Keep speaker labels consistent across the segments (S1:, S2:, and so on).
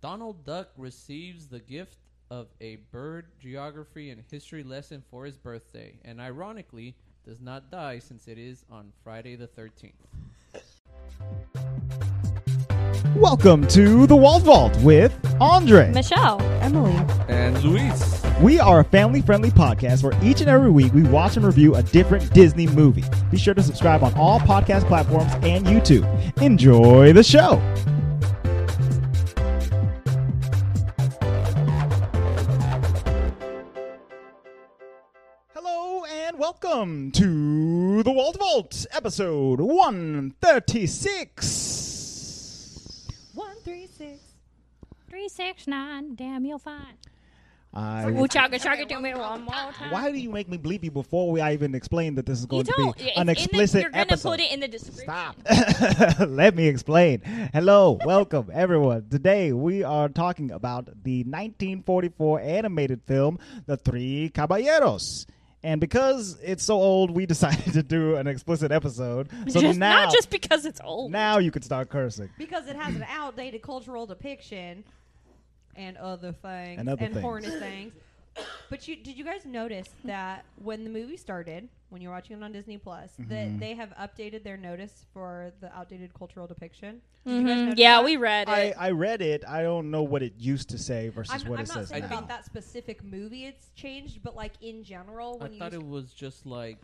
S1: Donald Duck receives the gift of a bird geography and history lesson for his birthday, and ironically, does not die since it is on Friday the 13th.
S2: Welcome to the Wald Vault with Andre.
S3: Michelle.
S4: Emily.
S1: And Luis.
S2: We are a family friendly podcast where each and every week we watch and review a different Disney movie. Be sure to subscribe on all podcast platforms and YouTube. Enjoy the show. Hello and welcome to the Walt Vault, episode 136.
S4: One, three, six.
S3: Three six nine, damn, you'll find.
S2: I-
S3: Ooh, chugga chugga, do me one more time.
S2: Why do you make me bleep you before we I even explain that this is
S3: You
S2: going to
S3: don't.
S2: be
S3: it's
S2: an
S3: in the,
S2: explicit
S3: you're gonna
S2: episode?
S3: put it in the description.
S2: Stop. Let me explain. Hello, welcome everyone. Today we are talking about the 1944 animated film The Three Caballeros. And because it's so old, we decided to do an explicit episode. So
S3: Just-
S2: now
S3: not just because it's old.
S2: now you can start cursing.
S4: Because it has an outdated cultural depiction and other things
S2: And other
S4: and
S2: things.
S4: hornet things. But you did you guys notice that when the movie started, when you're watching it on Disney Plus,
S2: Mm-hmm.
S4: that they have updated their notice for the outdated cultural depiction? Did you guys
S3: Mhm,
S4: notice
S3: Yeah,
S4: that?
S3: we read it.
S2: I, I read it. I don't know what it used to say versus
S4: I'm,
S2: what
S4: I'm
S2: it
S4: not
S2: says
S4: saying
S2: now.
S4: about that specific movie it's changed, but like in general,
S1: I
S4: when you
S1: thought
S4: s-
S1: it was just like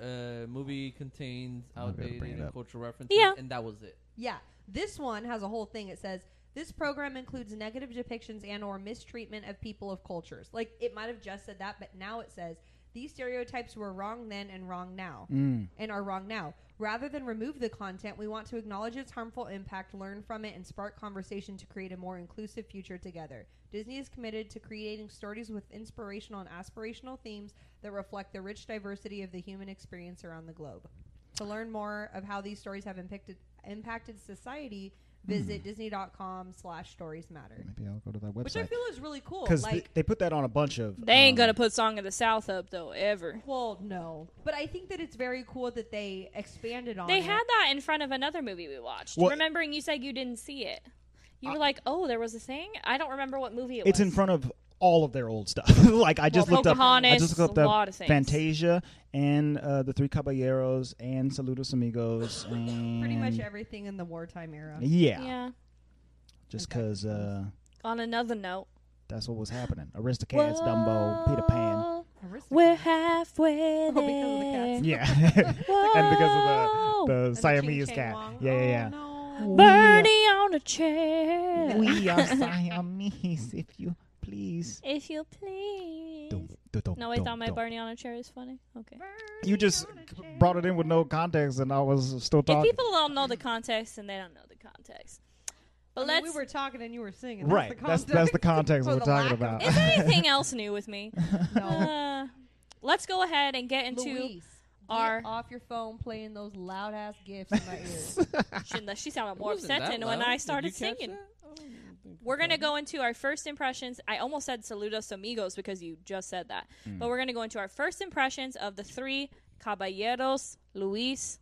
S1: uh, movie contains
S2: I'm gonna
S1: outdated
S2: bring it
S1: and
S2: up.
S1: cultural references,
S3: Yeah.
S1: and that was it.
S4: Yeah. This one has a whole thing. It says this program includes negative depictions and or mistreatment of people of cultures. Like it might have just said that, but now it says these stereotypes were wrong then and wrong now
S2: Mm.
S4: and are wrong now. Rather than remove the content, we want to acknowledge its harmful impact, learn from it, and spark conversation to create a more inclusive future together. Disney is committed to creating stories with inspirational and aspirational themes that reflect the rich diversity of the human experience around the globe. To learn more of how these stories have impacted, impacted society, visit disney.com slash stories matter.
S2: Maybe I'll go to that
S4: Which I
S2: website.
S4: feel is really cool.
S2: Because
S4: Like,
S2: they, put that on a bunch of.
S3: they ain't
S2: um,
S3: gonna put Song of the South up though ever.
S4: well, no. But I think that it's very cool that they expanded
S2: Oh,
S4: on
S3: They
S4: it.
S3: had that in front of another movie we watched.
S2: Well-
S3: Remembering you said you didn't see it. You were like, "Oh, there was a thing." I don't remember what movie it
S2: Uh, it's
S3: was.
S2: in front of all of their old stuff. like I just
S3: Well,
S2: looked up, I
S3: Pocahontas,
S2: just looked
S3: a
S2: up
S3: lot of things.
S2: Fantasia and uh, the Three Caballeros and Saludos Amigos and
S4: pretty much everything in the wartime era.
S2: Yeah,
S3: Yeah.
S2: just
S4: Okay.
S2: because uh,
S3: On another note,
S2: that's what was happening. Aristocats, Dumbo, Peter Pan. Oh,
S3: Whoa, We're halfway there.
S4: because of the cats.
S2: Yeah, and because of
S3: Whoa.
S2: the, the
S4: And the
S2: Siamese
S4: Ching Chang
S2: cat.
S4: Wong.
S2: Yeah, yeah,
S4: Oh,
S2: yeah.
S4: no.
S3: Birdie on a chair.
S2: we are Siamese, if you please.
S3: If you please. No, I thought my Barney on a chair is funny. Okay.
S2: You just brought it in with no context, and I was still
S3: If
S2: talking.
S3: people don't know the context, then they don't know the context.
S4: I
S3: But
S4: mean,
S3: let's.
S4: we were talking and you were singing. That's
S2: Right,
S4: The
S2: that's
S4: context.
S2: that's the context
S4: Or
S2: we're
S4: the
S2: talking
S4: lack
S2: about.
S4: of-
S3: is anything else new with me?
S4: no.
S3: Uh, let's go ahead and get into
S4: Luis,
S3: our-
S4: get off your phone playing those loud ass gifts in my ears.
S3: she, she sounded
S1: It
S3: more
S1: wasn't that
S3: upset than when
S1: loud. Did
S3: I
S1: you
S3: started
S1: catch
S3: singing.
S1: that? Oh. I don't think
S3: We're
S1: I
S3: gonna
S1: did.
S3: go into our first impressions. I almost said saludos amigos because you just said that,
S1: Hmm.
S3: but we're gonna go into our first impressions of the three caballeros. Luis,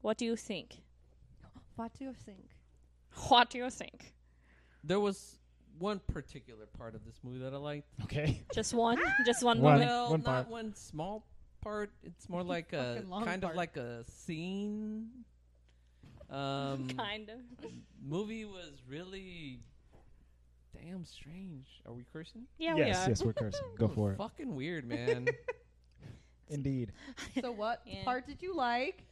S3: what do you think?
S4: What do you think?
S3: What do you think?
S1: There was one particular part of this movie that I liked.
S2: Okay.
S3: Just one, just one,
S2: One.
S3: moment.
S1: well,
S2: part.
S1: not one small part. It's more like a
S4: Fucking long
S1: kind
S4: part.
S1: of like a scene. Um,
S3: Kind of.
S1: movie was really damn strange. Are we cursing?
S2: yes,
S3: Yeah, we are.
S2: yes, we're cursing. Go
S1: was
S2: for it.
S1: Fucking weird, man.
S2: Indeed.
S4: So what
S3: Yeah.
S4: part did you like?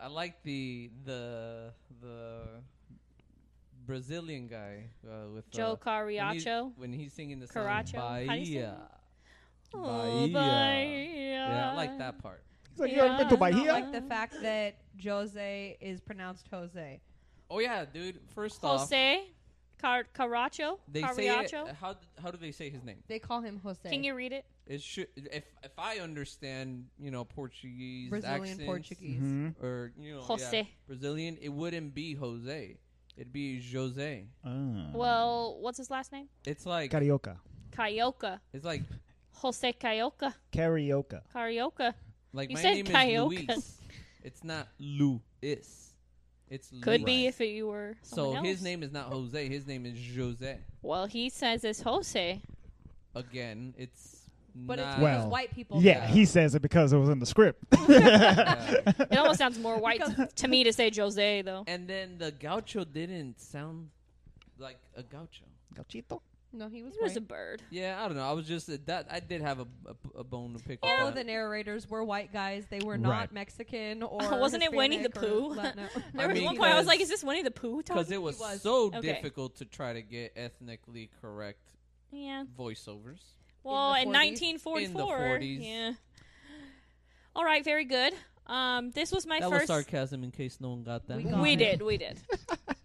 S1: I like the the the Brazilian guy uh, with uh,
S3: Joe
S1: when he's-
S3: Carriacho.
S1: when he's singing the song
S3: Carracho? How do you say
S1: Bahia.
S3: Oh,
S1: Bahia. Yeah, I like that part.
S2: He's like, you already been to
S3: Yeah. By
S4: I
S2: Bahia?
S4: not like the fact that Jose is pronounced Jose.
S1: Oh yeah, dude. First off,
S3: Jose Car- Caracho.
S1: they say it, uh,
S3: Carriacho.
S1: how d- how do they say his name?
S4: They call him Jose.
S3: Can you read it?
S1: It should if if I understand you know Portuguese
S4: Brazilian
S1: accents,
S4: Portuguese.
S2: Mhm.
S1: or you know yeah,
S3: Jose.
S1: Brazilian, it wouldn't be Jose. It'd be Jose.
S2: Ah.
S3: Well, what's his last name?
S1: It's
S2: Uh,
S1: like
S2: Carioca.
S3: Cayoca.
S1: it's like
S3: Jose Cayoca.
S2: Carioca.
S3: Carioca.
S1: like
S3: You
S1: my
S3: said
S1: name
S3: Cayoca.
S1: is Luis. It's not Luis. It's
S3: Could
S1: Luis.
S3: be if you were.
S1: So
S3: someone
S1: his
S3: else.
S1: name is not Jose. His name is Jose.
S3: Well, he says it's Jose.
S1: Again, it's
S4: But it's
S1: not.
S4: because
S2: Well,
S4: white people.
S2: Yeah,
S1: Yeah.
S2: he says it because it was in the script.
S3: It almost sounds more white
S4: Because-
S3: to me to say Jose though.
S1: uh, and then the gaucho didn't sound like a gaucho.
S2: Gauchito.
S4: No, he was
S3: It was a
S4: white.
S3: bird.
S1: Yeah, I don't know. I was just that I did have a, a, a bone to pick. with
S4: All
S1: that.
S4: of the narrators were white guys. They were not
S2: Right.
S4: Mexican or.
S3: Wasn't it Winnie the
S4: Hispanic or
S3: Pooh?
S4: Latino.
S3: There was
S1: mean,
S3: one point I
S1: because-
S3: was like, "Is this Winnie the Pooh?"
S1: because
S3: Talking?
S1: it was,
S4: He was.
S1: so
S3: Okay.
S1: difficult to try to get ethnically correct
S3: Yeah.
S1: voiceovers.
S3: Well, in,
S4: 40s.
S3: 1944.
S1: In the 40s.
S3: Yeah. All right. Very good. Um, this was my
S1: that was
S3: first.
S1: sarcasm, in case no one got that.
S4: We got
S3: we
S4: it.
S3: did. We did.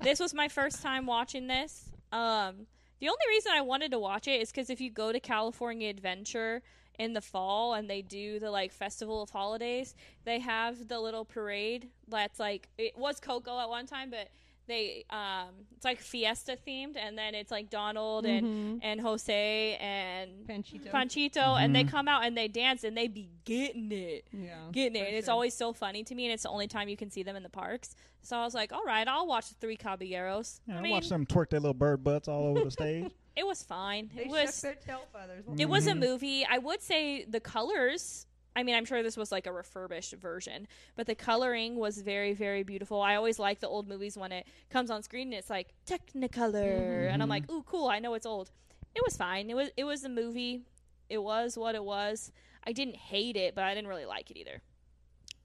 S3: this was my first time watching this. Um, the only reason I wanted to watch it is because if you go to California Adventure in the fall and they do the like festival of holidays, they have the little parade that's like it was Coco at one time, but they um it's like fiesta themed and then it's like Donald
S1: Mm-hmm.
S3: and and Jose and
S4: Mm-hmm. Panchito.
S3: Panchito,
S2: Mm-hmm.
S3: and they come out and they dance and they be getting it.
S4: Yeah,
S3: Getting it.
S4: for
S3: And it's
S4: sure.
S3: always so funny to me, and it's the only time you can see them in the parks. So I was like, all right, I'll watch the Three Caballeros.
S2: Yeah, I,
S3: I, mean,
S2: watched them twerk their little bird butts all over the stage.
S3: it was fine.
S4: They
S3: it
S4: shook
S3: was
S4: their tail feathers.
S3: it was a movie. I would say the colors. I mean, I'm sure this was like a refurbished version, but the coloring was very, very beautiful. I always like the old movies when it comes on screen and it's like Technicolor, and I'm like, ooh, cool. I know it's old. It was fine. It was it was a movie. It was what it was. I didn't hate it, but I didn't really like it either.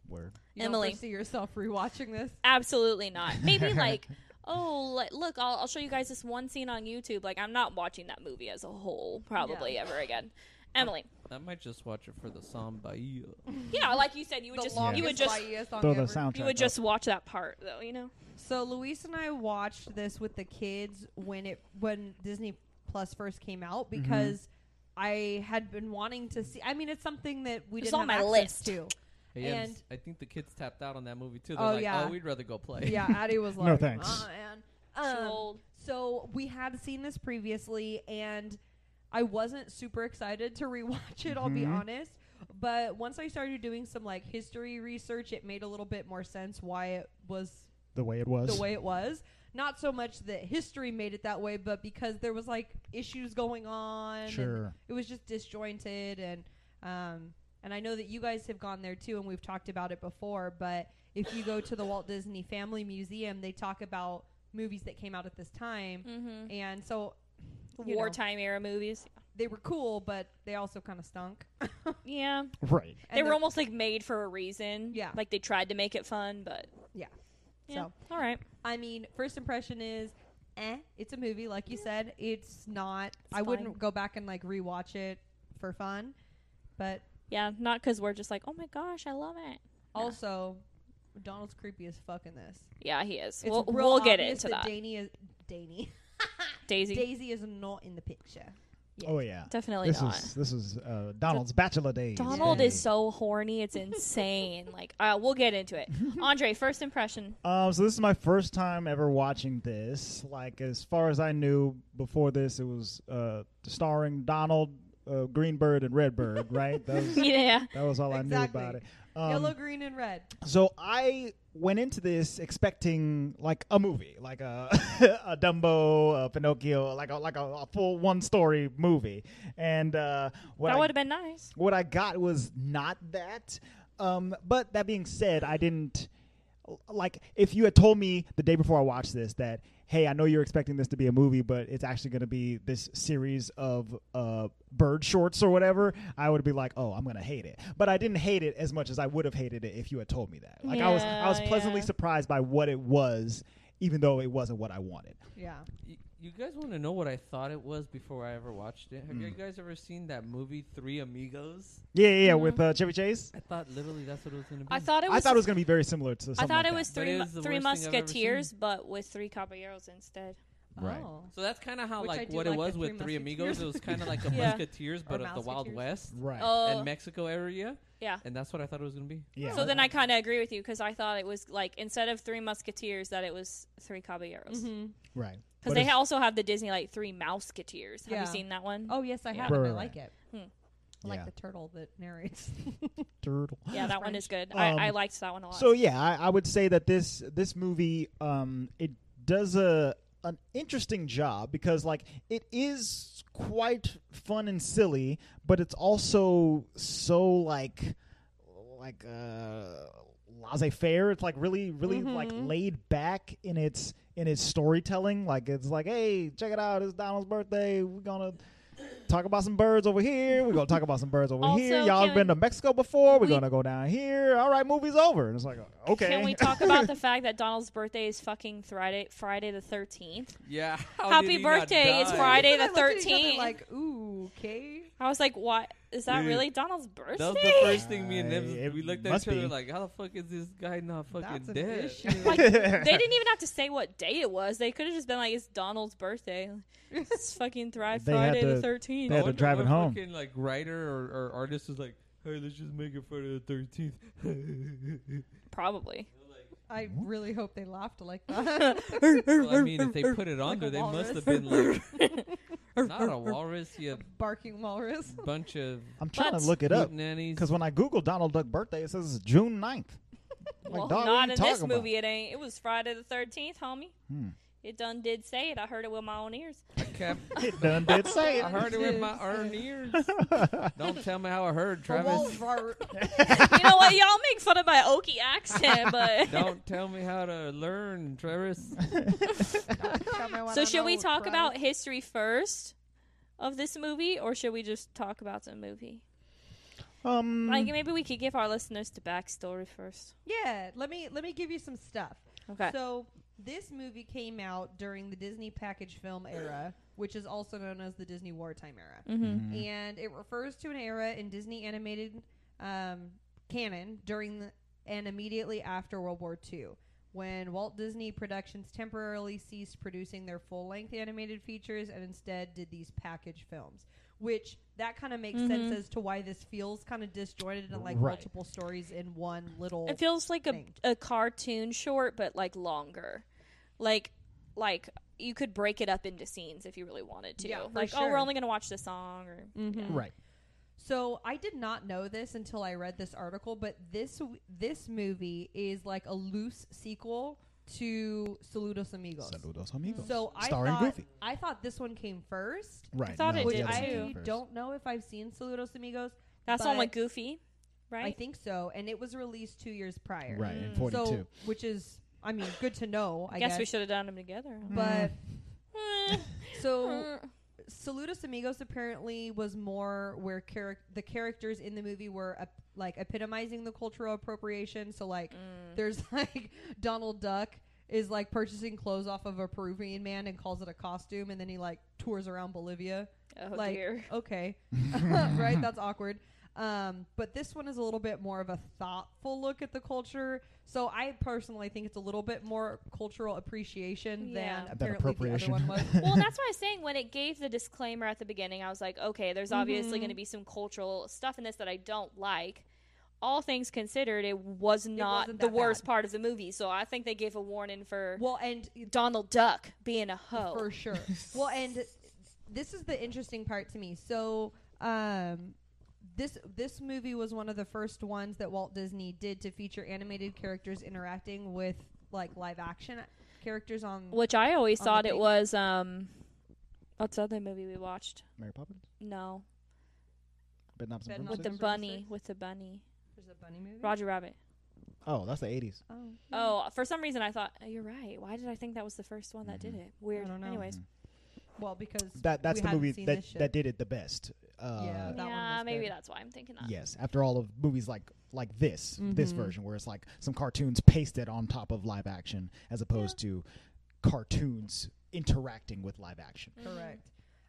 S2: Word.
S4: You don't
S3: Emily.
S4: foresee yourself rewatching this.
S3: Absolutely not. Maybe like, oh, like, look, I'll, I'll show you guys this one scene on YouTube. Like, I'm not watching that movie as a whole probably ever again. Emily,
S1: I might just watch it for the samba.
S3: yeah, like you said, you would
S4: The
S3: just
S4: longest
S3: you would just
S4: Bahia song
S2: Throw the
S4: ever.
S2: soundtrack.
S3: you would
S2: up.
S3: just watch that part though, you know.
S4: So Luis and I watched this with the kids when it when Disney Plus first came out
S2: Mm-hmm.
S4: because I had been wanting to see. I mean, it's something that we
S3: It's
S4: didn't
S3: on
S4: have
S3: my list.
S4: access to.
S1: Hey, Ems,
S4: And-
S1: I think the kids tapped out on that movie too. They're
S4: Oh,
S1: like,
S4: yeah.
S1: oh, we'd rather go play.
S4: Yeah, Addie was
S2: No,
S4: like,
S2: thanks.
S4: "Uh, man."
S3: Too
S4: Um,
S3: old.
S4: so we had seen this previously, and I wasn't super excited to rewatch it. I'll be
S2: Mhm.
S4: honest. But once I started doing some like history research, it made a little bit more sense why it was
S2: the way it was.
S4: the way it was. Not so much that history made it that way, but because there was like issues going on. and
S2: Sure.
S4: It was just disjointed and um and I know that you guys have gone there too and we've talked about it before, but if you go to the Walt Disney Family Museum, they talk about movies that came out at this time.
S3: Mm-hmm.
S4: And so you know,
S3: Wartime era movies.
S4: they were cool, but they also kind of stunk. And
S3: Yeah,
S2: Right.
S3: they
S4: the-
S3: were almost like made for a reason.
S4: Yeah.
S3: like they tried to make it fun, but
S4: Yeah.
S3: yeah.
S4: So.
S3: All right,
S4: I mean, first impression is, eh, it's a movie, like you said. It's not. I
S3: fine.
S4: wouldn't go back and like rewatch it for fun, but
S3: yeah, not because we're just like, oh my gosh, I love it.
S4: also, Donald's creepy as fuck in this.
S3: Yeah, he is.
S4: It's
S3: we'll
S4: real
S3: we'll get
S4: obvious
S3: into that.
S4: Danny is Danny.
S3: Daisy,
S4: Daisy is not in the picture. Yeah.
S2: Oh yeah.
S3: definitely
S2: This
S3: not.
S2: is this is uh, Donald's bachelor days.
S3: Donald
S2: baby.
S3: is so horny, it's insane. like, uh, we'll get into it. Andre, first impression.
S2: Um, so this is my first time ever watching this. Like as far as I knew before this, it was uh, starring Donald uh, Greenbird and Redbird, right? That was,
S3: yeah,
S2: that was all
S4: Exactly.
S2: I knew about it. Um,
S4: Yellow, green, and red.
S2: So I went into this expecting like a movie, like a a Dumbo, a Pinocchio, like a like a, a full one story movie, and uh, what
S3: that
S2: I-
S3: would have been nice.
S2: what I got was not that. Um, but that being said, I didn't like if you had told me the day before I watched this that hey, I know you're expecting this to be a movie, but it's actually going to be this series of uh, bird shorts or whatever. I would be like, oh, I'm going to hate it. But I didn't hate it as much as I would have hated it if you had told me that. Like I was, I was
S3: Yeah,
S2: pleasantly
S3: yeah.
S2: surprised by what it was, even though it wasn't what I wanted.
S4: Yeah.
S1: Y- You guys want to know what I thought it was before I ever watched it? Have you guys ever seen that movie Three Amigos?
S2: Yeah, yeah, yeah with uh, Chevy Chase.
S1: I thought literally that's what it was going to be.
S3: I thought Mm-hmm. it was.
S2: I thought it was going to be very similar to. Something
S3: I thought
S2: like
S3: it was
S2: that.
S1: But it
S3: three mu-
S1: is the
S3: three
S1: worst thing I've ever
S3: musketeers, but with three caballeros instead.
S2: Right.
S4: Oh.
S1: so. That's kind of how
S4: Which I
S1: like
S4: do
S1: what it
S4: like the
S1: was
S4: Three
S1: with Three
S4: Musketeers.
S1: Amigos. It was kind of like the
S3: Yeah.
S1: Musketeers, but of the Wild
S4: Mouseketeers.
S1: West
S2: right.
S3: Oh,
S1: and Mexico area,
S3: yeah.
S1: and that's what I thought it was going to be.
S2: yeah.
S3: So then I kind of agree with you because I thought it was like instead of three musketeers that it was three caballeros because
S4: Mhm.
S2: right But
S3: they
S2: it's-
S3: also have the Disney like three mouseketeers. Have
S4: Yeah.
S3: you seen that one?
S4: Oh yes, I
S3: Yeah. Hmm.
S4: have. and I
S2: Right,
S4: like it. I like
S2: Yeah.
S4: the turtle that narrates.
S2: Turtle.
S3: Yeah, that one is good.
S2: Um,
S3: I, I liked that one a lot.
S2: So yeah, I, I would say that this this movie um, it does a an interesting job because like it is quite fun and silly, but it's also so like like uh, laissez faire. It's like really really like
S4: Mhm.
S2: laid back in its in its storytelling. Like it's like hey, check it out, it's Donald's birthday. We're gonna. Talk about some birds over here. We're gonna talk about some birds over here.
S3: Also,
S2: Y'all
S3: can-
S2: been to Mexico before. We're
S3: We-
S2: gonna go down here. All right, movie's over. And it's like, okay.
S3: Can we talk about the fact that Donald's birthday is fucking Friday, Friday the thirteenth?
S1: Yeah. how did
S3: Happy
S1: he not
S3: birthday! It's
S1: die?
S3: Friday
S4: And I
S3: the
S4: looked at each other
S3: thirteenth.
S4: Like, ooh, okay.
S3: I was like, "What is that?
S1: Dude,
S3: really Donald's birthday?"
S1: That was the first thing me and
S2: Uh,
S1: Nibs,
S2: it
S1: we looked at
S2: must
S1: each other
S2: be.
S1: like, how the fuck is this guy not fucking
S4: That's an
S1: dead?
S4: issue.
S3: like, they didn't even have to say what day it was. They could have just been like, "It's Donald's birthday." It's fucking Thrive
S2: They had
S3: Friday the
S2: to-
S1: I
S3: thirteenth.
S2: they had to
S1: wonder
S2: drive
S1: what
S2: it home.
S1: Fucking, like writer or, or artist was like, hey, let's just make it Friday the 13th.
S3: Probably.
S4: I really hope they laughed like that.
S1: well, I mean, if they put it on
S4: Like a
S1: there, they must
S4: walrus.
S1: have been like, not a walrus, you
S4: Barking walrus.
S1: bunch of
S2: I'm trying
S3: But-
S2: to look it up
S1: nannies.
S2: because when I Google Donald Duck birthday, it says it's June 9th. Like,
S3: well,
S2: dog, what
S3: not
S2: you
S3: in this
S2: talking about?
S3: movie. It ain't. It was Friday the thirteenth, homie.
S2: Hmm.
S3: It done did say it. I heard it with my own ears.
S2: It done did say
S1: I heard it with my
S4: Yes.
S1: own ears.
S2: it.
S1: Don't tell me how I heard, Travis.
S3: you know what? Y'all make fun of my Okie accent, but
S1: Don't tell me how to learn, Travis.
S3: So should we talk about history first of this movie, or should we just talk about the movie?
S4: Mm.
S2: um,
S3: Like maybe we could give our listeners the backstory first.
S4: Yeah, let me let me give you some stuff.
S3: Okay.
S4: So this movie came out during the Disney package film era, which is also known as the Disney wartime era.
S3: mm-hmm.
S4: and it refers to an era in Disney animated um, canon during the, and immediately after World War II, when Walt Disney Productions temporarily ceased producing their full-length animated features and instead did these package films. Which that kind of makes sense
S3: Mhm.
S4: as to why this feels kind of disjointed and like
S2: Right.
S4: multiple stories in one little.
S3: It feels like a,
S4: thing.
S3: a cartoon short, but like longer. Like like you could break it up into scenes if you really wanted to.
S4: Yeah, for
S3: like oh, we're
S4: sure.
S3: only gonna watch the song or
S4: Mhm.
S2: right.
S4: So I did not know this until I read this article, but this w- this movie is like a loose sequel to Saludos Amigos.
S2: Saludos amigos.
S4: So I
S2: Starring
S4: thought
S2: Goofy.
S4: I thought this one came first,
S2: Right.
S3: thought
S2: no,
S3: it
S2: the
S4: which
S3: did
S2: other one
S3: too.
S2: came
S4: I
S2: first.
S4: don't know if I've seen Saludos Amigos.
S3: that's the one
S4: But-
S3: with Goofy, right?
S4: I think so, and it was released two years prior.
S2: Right, in
S3: Mm.
S2: 42.
S4: So, which is, I mean, good to know. I
S3: guess,
S4: guess, Mm.
S3: we should have done them together.
S4: But
S3: Eh,
S2: Mm.
S4: so
S3: eh.
S4: Saludos Amigos apparently was more where charac- the characters in the movie were ep- like epitomizing the cultural appropriation. So like, there's like Donald Duck is like purchasing clothes off of a Peruvian man and calls it a costume, and then he like tours around Bolivia.
S3: oh
S4: like,
S3: dear.
S4: okay, right? That's awkward. Um, but this one is a little bit more of a thoughtful look at the culture. So I personally think it's a little bit more cultural appreciation
S3: Yeah.
S4: than
S3: Than
S4: apparently
S2: appropriation.
S4: the other one was.
S3: well, and that's what I was saying when it gave the disclaimer at the beginning. I was like, okay, there's obviously
S4: Mhm.
S3: going to be some cultural stuff in this that I don't like. All things considered, it was not
S4: wasn't
S3: the
S4: that
S3: worst
S4: bad.
S3: part of the movie. So I think they gave a warning for
S4: Well, and
S3: Donald Duck being a hoe.
S4: for sure. well, and this is the interesting part to me. So, um, this this movie was one of the first ones that Walt Disney did to feature animated characters interacting with like live action characters on.
S3: Which I always
S4: On the
S3: thought it
S4: thing.
S3: was. um What's the other movie we watched?
S2: Mary Poppins.
S3: No,
S2: Bedknobs and
S4: Bedknobs
S3: with the
S2: Broomsticks.
S4: Broomsticks?
S3: bunny, with the bunny,
S4: There's a bunny movie.
S3: Roger Rabbit.
S2: Oh, that's the 80s.
S4: Oh,
S3: Oh, for some reason I thought oh, you're right. Why did I think that was the first one that did it? Weird.
S4: Mm-hmm. don't know.
S3: Anyways,
S4: well, because
S2: That that's
S4: we
S2: the
S4: hadn't
S2: movie
S4: seen
S2: that
S4: this shit.
S2: that did it the best. Uh,
S4: Yeah. That one
S3: yeah,
S4: was
S3: maybe
S4: good.
S3: that's why I'm thinking that. Mm-hmm.
S2: Yes, after all of movies like like this, this
S4: Mhm.
S2: version where it's like some cartoons pasted on top of live action as opposed to cartoons interacting with live action.
S4: Correct.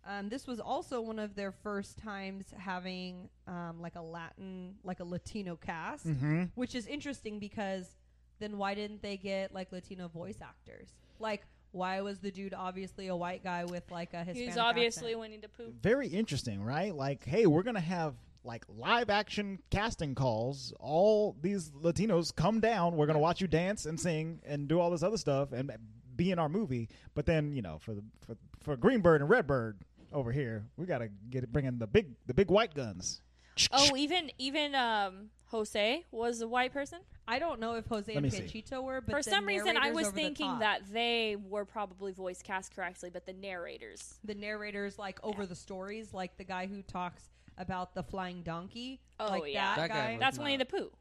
S4: Um, this was also one of their first times having um, like a Latin, like a Latino cast,
S2: Mm-hmm.
S4: which is interesting because then why didn't they get like Latino voice actors? Like, why was the dude obviously a white guy with like a Hispanic?
S3: He's obviously
S4: accent?
S3: Winnie the Pooh.
S2: Very interesting, right? Like, hey, we're gonna have like live action casting calls. All these Latinos come down. We're gonna watch you dance and sing and do all this other stuff and be in our movie. But then you know, for the for, for Greenbird and Redbird over here, we gotta get bring in the big the big white guns.
S3: Oh, even even um Jose was a white person.
S4: I don't know if Jose
S2: Let
S4: and
S2: me see.
S4: Panchito were, but
S3: For
S4: the
S3: some reason, I
S4: narrators
S3: was
S4: over the
S3: thinking
S4: top.
S3: that they were probably voice cast correctly, but the narrators.
S4: the narrators like over the stories, like the guy who talks about the flying donkey.
S3: Oh,
S4: like
S3: yeah.
S1: That
S4: that,
S1: guy was-
S3: That's
S1: not-
S3: Winnie the Pooh.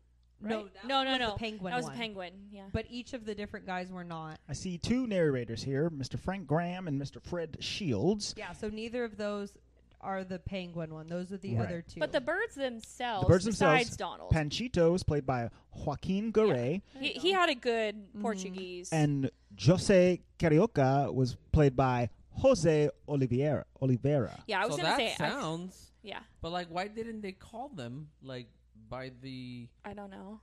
S4: No,
S3: right?
S4: that
S3: no, no,
S4: was
S3: no.
S4: the penguin
S3: That was
S4: one.
S3: a penguin. Yeah.
S4: But each of the different guys were not.
S2: I see two narrators here, Mr. Frank Graham and Mr. Fred Shields.
S4: Yeah, so neither of those are the penguin one. Those are the
S2: Right.
S4: other two.
S3: But the birds themselves,
S2: The birds
S3: besides
S2: themselves,
S3: Donald,
S2: Panchito is played by Joaquin Garay,
S3: he, he had a good
S4: Mm-hmm.
S3: Portuguese.
S2: and Jose Carioca was played by Jose Oliveira. Oliveira.
S3: yeah, I was
S1: so
S3: gonna
S1: that
S3: say. I-
S1: sounds.
S3: yeah,
S1: But like, why didn't they call them like by the
S3: I don't know.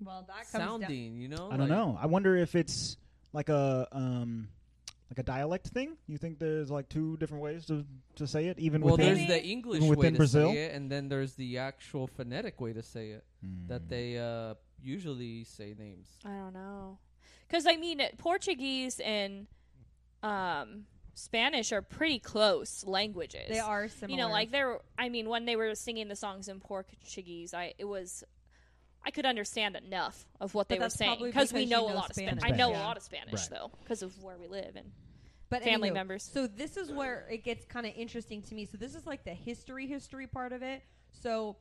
S4: well, that comes down-
S1: sounding? You know,
S2: I don't
S1: Like,
S2: know. I wonder if it's like a um, like a dialect thing. You think there's like two different ways to, to say it, even
S1: Well,
S2: within
S1: there's the English
S2: Within
S1: way to
S2: Brazil?
S1: say it, and then there's the actual phonetic way to say it
S2: Hmm.
S1: that they uh, usually say names.
S3: I don't know. Because I mean, Portuguese and um, Spanish are pretty close languages.
S4: They are similar.
S3: You know, like they're. I mean, when they were singing the songs in Portuguese, I it was. I could understand enough of what they were
S4: that's
S3: saying
S4: probably
S3: because we
S4: because
S3: know,
S4: you
S3: a
S4: know
S3: lot of Spanish.
S4: Spanish.
S3: I know
S4: Yeah.
S3: a lot of Spanish
S2: Right.
S3: though because of where we live and
S4: but
S3: family
S4: anywho,
S3: members.
S4: So this is where it gets kind of interesting to me. So this is like the history history part of it. So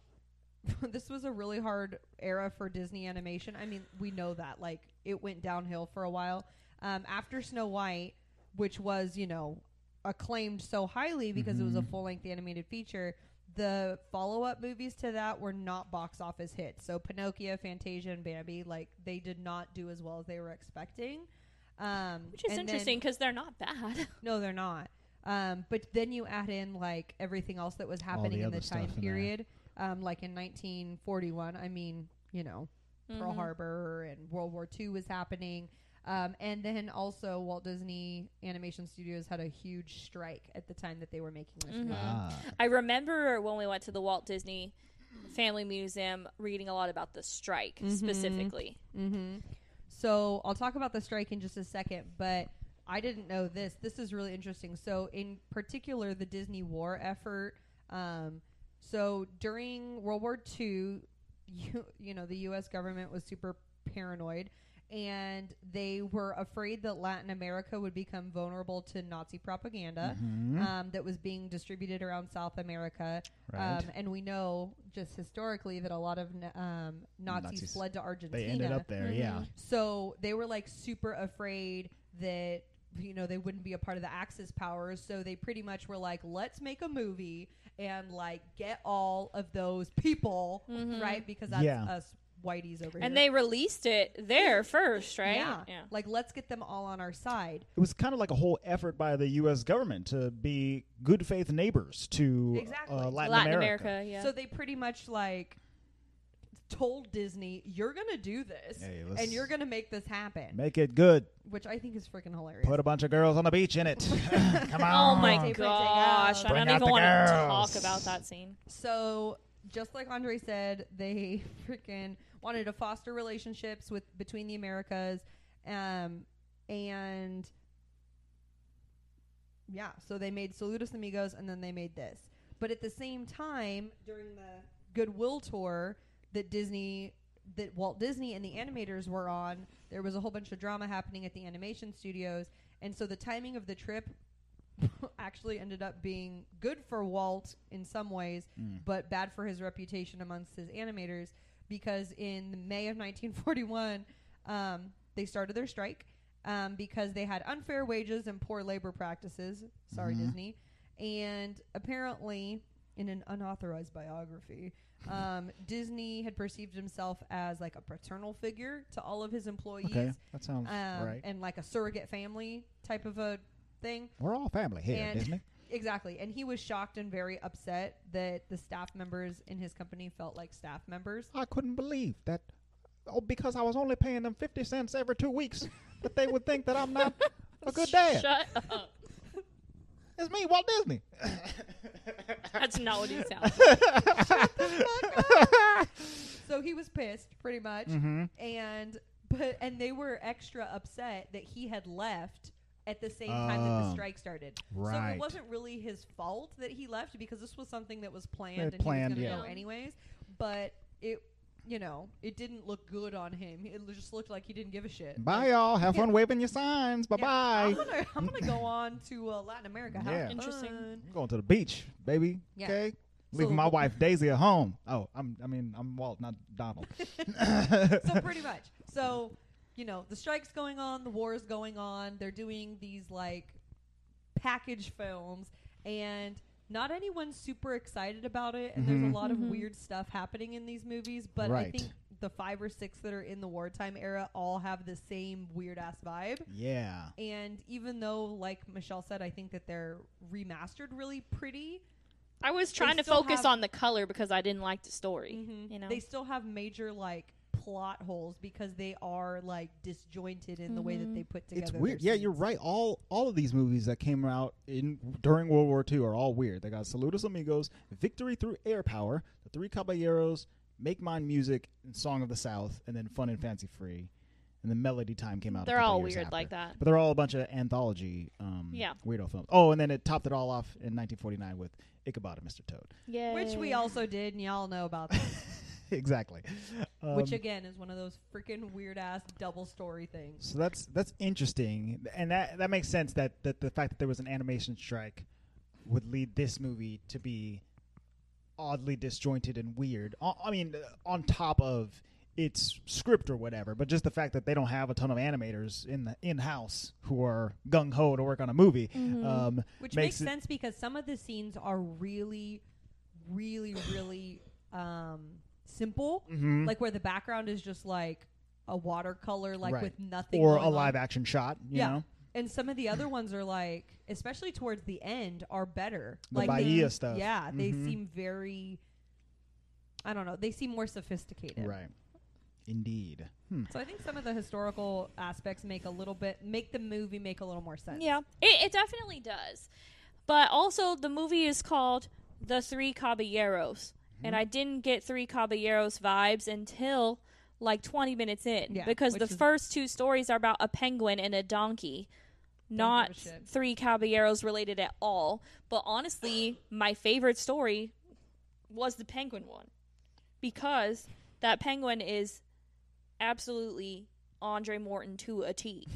S4: this was a really hard era for Disney animation. I mean, we know that like it went downhill for a while um, after Snow White, which was you know acclaimed so highly because it was
S3: Mm-hmm.
S4: a full length animated feature. The follow up movies to that were not box office hits. So Pinocchio, Fantasia, and Bambi, like they did not do as well as they were expecting. Um,
S3: which is
S4: and then-
S3: interesting because they're not bad.
S4: no, they're not. Um, but then you add in like everything else that was happening in
S2: other
S4: the
S2: stuff
S4: time
S2: in there.
S4: period, um, like in 1941. I mean, you know, Pearl Harbor and World War II was happening. Um, and then also Walt Disney Animation Studios had a huge strike at the time that they were making this. movie.
S2: Ah.
S3: I remember when we went to the Walt Disney Family Museum reading a lot about the strike specifically.
S4: Mm-hmm. So I'll talk about the strike in just a second, but I didn't know this. This is really interesting. So, in particular, the Disney war effort. Um, so during World War II, you, you know, the U.S. government was super paranoid. And they were afraid that Latin America would become vulnerable to Nazi
S3: Uh,
S2: Mm-hmm.
S4: propaganda um, that was being distributed around South America.
S2: Right.
S4: Um, and we know just historically that a lot of na- um, Nazis,
S2: Nazis.
S4: fled to Argentina.
S2: They ended up there,
S3: Mm-hmm.
S2: yeah.
S4: So they were like super afraid that you know they wouldn't be a part of the Axis powers. So they pretty much were like, let's make a movie and like get all of those people right because that's
S2: Yeah.
S4: us whiteys over
S3: Mm-hmm. And
S4: here.
S3: they released it there first, right?
S4: yeah. like let's get them all on our side.
S2: It was kind of like a whole effort by the U.S. government to be good faith neighbors to
S4: Exactly.
S2: uh, Latin,
S3: Latin
S2: America.
S3: America, yeah.
S4: So they pretty much like told Disney, you're gonna do this
S2: Hey, let's-
S4: and you're gonna make this happen,
S2: Make it good.
S4: which I think is freaking hilarious.
S2: Put a bunch of girls on the beach in it. Come on.
S3: Oh my
S4: Bring out.
S3: gosh! I
S2: Bring
S3: don't
S2: out
S3: even
S2: the
S3: want to
S2: girls.
S3: talk about that scene.
S4: So, just like Andre said, they freaking wanted to foster relationships with between the Americas, um, and yeah, so they made Saludos Amigos, and then they made this. But at the same time, during the Goodwill tour that Disney, that Walt Disney and the animators were on, there was a whole bunch of drama happening at the animation studios, and so the timing of the trip actually ended up being good for Walt in some ways,
S2: Mm.
S4: but bad for his reputation amongst his animators because in May of 1941, um, they started their strike um, because they had unfair wages and poor labor practices. Sorry,
S2: Mm-hmm.
S4: Disney. And apparently, in an unauthorized biography, um, Disney had perceived himself as like a paternal figure to all of his employees
S2: Okay, that sounds
S4: um,
S2: right.
S4: and like a surrogate family type of a thing.
S2: We're all family here,
S4: and-
S2: Disney.
S4: Exactly. And he was shocked and very upset that the staff members in his company felt like staff members.
S2: I couldn't believe that. Oh, because I was only paying them fifty cents every two weeks, that they would think that I'm not a good dad.
S3: Shut up!
S2: It's me, Walt Disney.
S3: That's not what he sounds.
S4: So he was pissed pretty
S2: Mm-hmm.
S4: much. And but and they were extra upset that he had left at the same time that
S2: Ah.
S4: the strike started. So
S2: Right.
S4: it wasn't really his fault that he left because this was something that was planned
S2: They
S4: and
S2: planned,
S4: he was
S3: yeah.
S4: to go anyways. But it, you know, it didn't look good on him. It just looked like he didn't give a shit.
S2: Bye, y'all. Have fun waving your signs. Bye
S4: Yeah, I'm
S2: bye.
S4: gonna, I'm gonna go on to uh, Latin America. Have
S2: Yeah.
S3: Interesting.
S4: fun.
S2: I'm going to the beach, baby.
S4: Yeah.
S2: Okay. Leaving
S4: So-
S2: my wife Daisy at home. Oh, I'm. I mean, I'm Walt, not Donald.
S4: so pretty much. So, you know, the strike's going on, the war is going on. They're doing these like package films, and not anyone's super excited about it. And
S2: Mhm.
S4: there's a lot
S3: Mhm.
S4: of weird stuff happening in these movies. But I
S2: Right.
S4: think the five or six that are in the wartime era all have the same weird ass vibe.
S2: yeah.
S4: And even though, like Michelle said, I think that they're remastered really pretty.
S3: I was trying to
S4: still
S3: focus
S4: have-
S3: on the color because I didn't like the story.
S2: Mm-hmm.
S4: Mhm.
S3: You know,
S4: they still have major like plot holes because they are like disjointed in the way that
S3: Mhm.
S4: they put together.
S2: It's
S4: their
S2: weird. Yeah, you're
S4: scenes.
S2: right. All all of these movies that came out in during World War II are all weird. They got Saludos Amigos, Victory Through Air Power, The Three Caballeros, Make Mine Music, and Song of the South, and then Fun and Fancy Free, and then Melody Time came out. a
S3: they're
S2: couple
S3: all
S2: years
S3: weird
S2: after.
S3: like that.
S2: But they're all a bunch of anthology, um,
S3: Yeah.
S2: weirdo films. Oh, and then it topped it all off in 1949 with Ichabod and Mr. Toad.
S3: Yeah,
S4: Which we also did, and y'all know about that.
S2: exactly. Um,
S4: Which again is one of those freaking weird ass double story things.
S2: So that's that's interesting, and that that makes sense. That that the fact that there was an animation strike would lead this movie to be oddly disjointed and weird. O- I mean, uh, on top of its script or whatever, but just the fact that they don't have a ton of animators in the in house who are gung ho to work on a movie, um,
S4: Mm-hmm.
S2: makes
S4: Which makes,
S2: it-
S4: sense because some of the scenes are really, really, really um, simple.
S2: mhm,
S4: Like where the background is just like a watercolor, like
S2: Right.
S4: with nothing.
S2: or
S4: going
S2: a
S4: on.
S2: live action shot. You
S4: Yeah.
S2: know,
S4: And some of the other ones are like, especially towards the end, are better.
S2: the
S4: like they-
S2: Bahia stuff.
S4: Yeah, they
S2: Mhm.
S4: seem very. I don't know. They seem more sophisticated.
S2: right. Indeed. Hmm.
S4: So I think some of the historical aspects make a little bit make the movie make a little more sense.
S3: Yeah, it, it definitely does. But also, the movie is called The Three Caballeros,
S4: Mm-hmm.
S3: and I didn't get Three Caballeros vibes until like 20 minutes in
S4: Yeah,
S3: because
S4: which
S3: the
S4: is-
S3: first two stories are about a penguin and a donkey. Not
S4: give a shit.
S3: three caballeros related at all, but honestly, my favorite story was the penguin one because that penguin is absolutely Andre Morton to a T.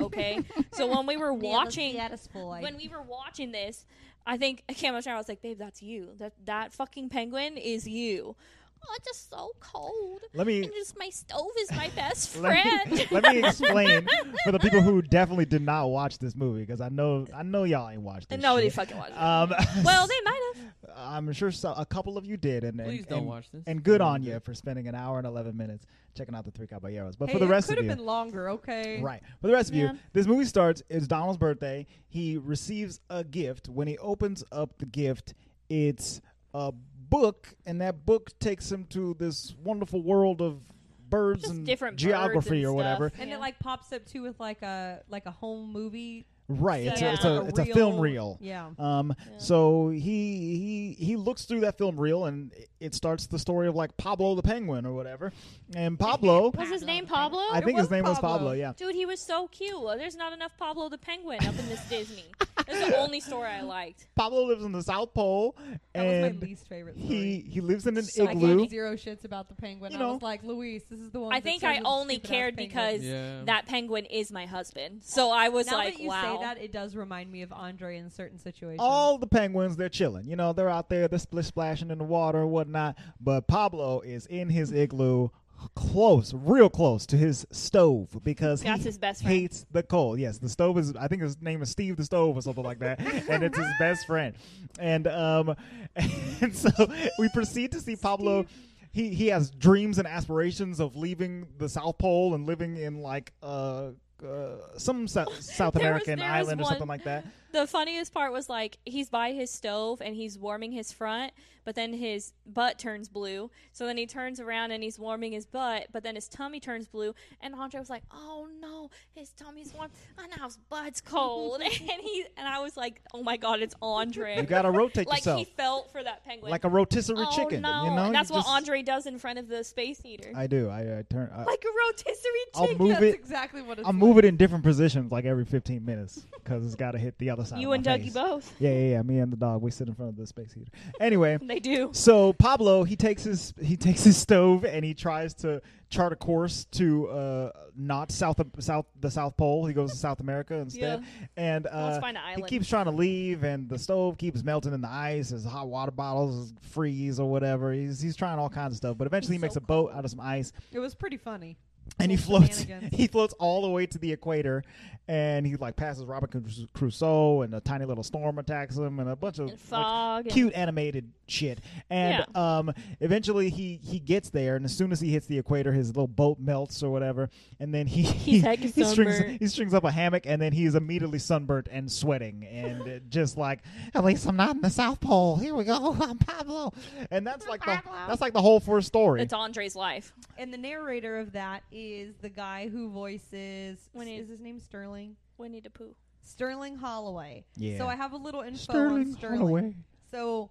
S3: Okay, so when we were watching, when we were watching this, I think I can't remember. I was like, "Babe, that's you. That that fucking penguin is you." Oh, it's just so cold.
S2: Let me.
S3: And just my stove is my best
S2: Let me,
S3: friend.
S2: let me explain for the people who definitely did not watch this movie because I know I know y'all ain't watched this.
S3: and nobody
S2: shit.
S3: fucking watched it.
S2: Um,
S3: well, they might have.
S2: I'm sure so, a couple of you did, and and-
S1: Please don't
S2: and-
S1: watch this.
S2: And good
S1: I
S2: on
S1: loved
S2: you
S1: it.
S2: for spending an hour and eleven minutes checking out the Three Caballeros. But
S4: hey,
S2: for the
S4: it
S2: rest
S4: could
S2: of you,
S4: have been longer. Okay.
S2: Right. For the rest of
S3: Yeah.
S2: you, this movie starts. It's Donald's birthday. He receives a gift. When he opens up the gift, it's a book, and that book takes him to this wonderful world of birds
S3: Just
S2: and
S3: different birds
S2: geography
S3: and
S2: or
S3: stuff.
S2: whatever.
S4: And
S3: Yeah.
S4: it like pops up too with like a like a home movie.
S2: Right. It's a
S3: Yeah.
S2: it's a,
S4: Like
S2: it's a film reel.
S4: Yeah.
S2: Um,
S3: Yeah.
S2: so he he he looks through that film reel and it- it starts the story of like Pablo the penguin or whatever. And Pablo,
S3: Was his
S4: Pablo
S3: name
S4: the Penguin.
S3: Pablo?
S2: I think
S4: It
S2: his
S4: was
S2: name was
S4: Pablo.
S2: Pablo. Yeah.
S3: Dude, he was so cute. There's not enough Pablo the Penguin up in this Disney. That's the only story I liked.
S2: Pablo lives in the South Pole,
S4: That was
S2: and
S4: my least favorite. Story.
S2: he he lives in an
S3: So
S4: I
S2: igloo.
S4: gave zero shits about the penguin.
S2: You
S4: I
S2: know.
S4: was like, Luis, this is the one.
S3: I
S4: that
S3: think
S4: turns
S3: I
S4: into
S3: only
S4: stupid-ass
S3: cared
S4: penguin.
S3: because
S1: Yeah.
S3: that penguin is my husband. So I was
S4: now
S3: like,
S4: that you
S3: wow.
S4: say that, it does remind me of Andre in certain situations.
S2: All the penguins, they're chilling. You know, they're out there, they're splish splashing in the water and whatnot. But Pablo is in his igloo, close, real close to his stove because he
S3: That's his best friend.
S2: hates the cold. Yes, the stove is. I think his name is Steve the Stove or something like that, and it's his best friend. And um, and so we proceed to see Pablo. He, he has dreams and aspirations of leaving the South Pole and living in like uh, uh some Sou- South
S3: There was-
S2: American
S3: there was
S2: island or something
S3: one-
S2: like that.
S3: the funniest part was like he's by his stove and he's warming his front, but then his butt turns blue. So then he turns around and he's warming his butt, but then his tummy turns blue. And Andre was like, "Oh no, his tummy's warm, and now his butt's cold." and he and I was like, "Oh my god, it's Andre!"
S2: You gotta rotate
S3: like
S2: yourself
S3: he felt for that penguin,
S2: like a rotisserie
S3: oh,
S2: chicken.
S3: No.
S2: You know,
S3: And that's
S2: You
S3: what
S2: just-
S3: Andre does in front of the space eater,
S2: I do. I, I turn. I,
S3: like a rotisserie
S2: I'll
S3: chicken.
S2: move
S4: That's
S2: it.
S4: exactly what it's
S2: I
S4: like.
S2: move it in different positions, like every 15 minutes, because it's gotta hit the other side.
S3: You
S2: of
S3: and
S2: my
S3: Dougie
S2: face.
S3: both.
S2: Yeah, yeah, yeah. Me and the dog, we sit in front of the space heater. Anyway,
S3: They do.
S2: so Pablo, he takes his he takes his stove and he tries to chart a course to uh, not south of south the South Pole. He goes to South America instead, and
S3: Let's
S2: uh,
S3: find an
S2: he
S3: island.
S2: keeps trying to leave, and the stove keeps melting in the ice. His hot water bottles freeze or whatever. He's he's trying all kinds of stuff, but eventually he
S3: He's
S2: makes
S3: so
S2: a boat out of some ice,
S4: It was pretty funny.
S2: and he
S4: Little
S2: floats.
S4: shenanigans.
S2: He floats all the way to the equator, and he like passes Robert Crus- Crusoe, and a tiny little storm attacks him, and a bunch of
S3: and
S2: like,
S3: fog. and-
S2: cute animated shit. And um, eventually he he gets there, and as soon as he hits the equator, his little boat melts or whatever, and then he he,
S3: He's heck
S2: he strings
S3: sunburnt.
S2: he strings up a hammock, and then he's immediately sunburnt and sweating, and uh, just like at least I'm not in the South Pole. Here we go, I'm Pablo, and that's like the that's like the whole first story.
S3: It's Andre's life.
S4: And the narrator of that is the guy who voices.
S3: When he-
S4: is his name Sterling?
S3: Winnie the Pooh.
S4: Sterling Holloway.
S2: Yeah.
S4: So I have a little info on Sterling.
S2: Holloway.
S4: So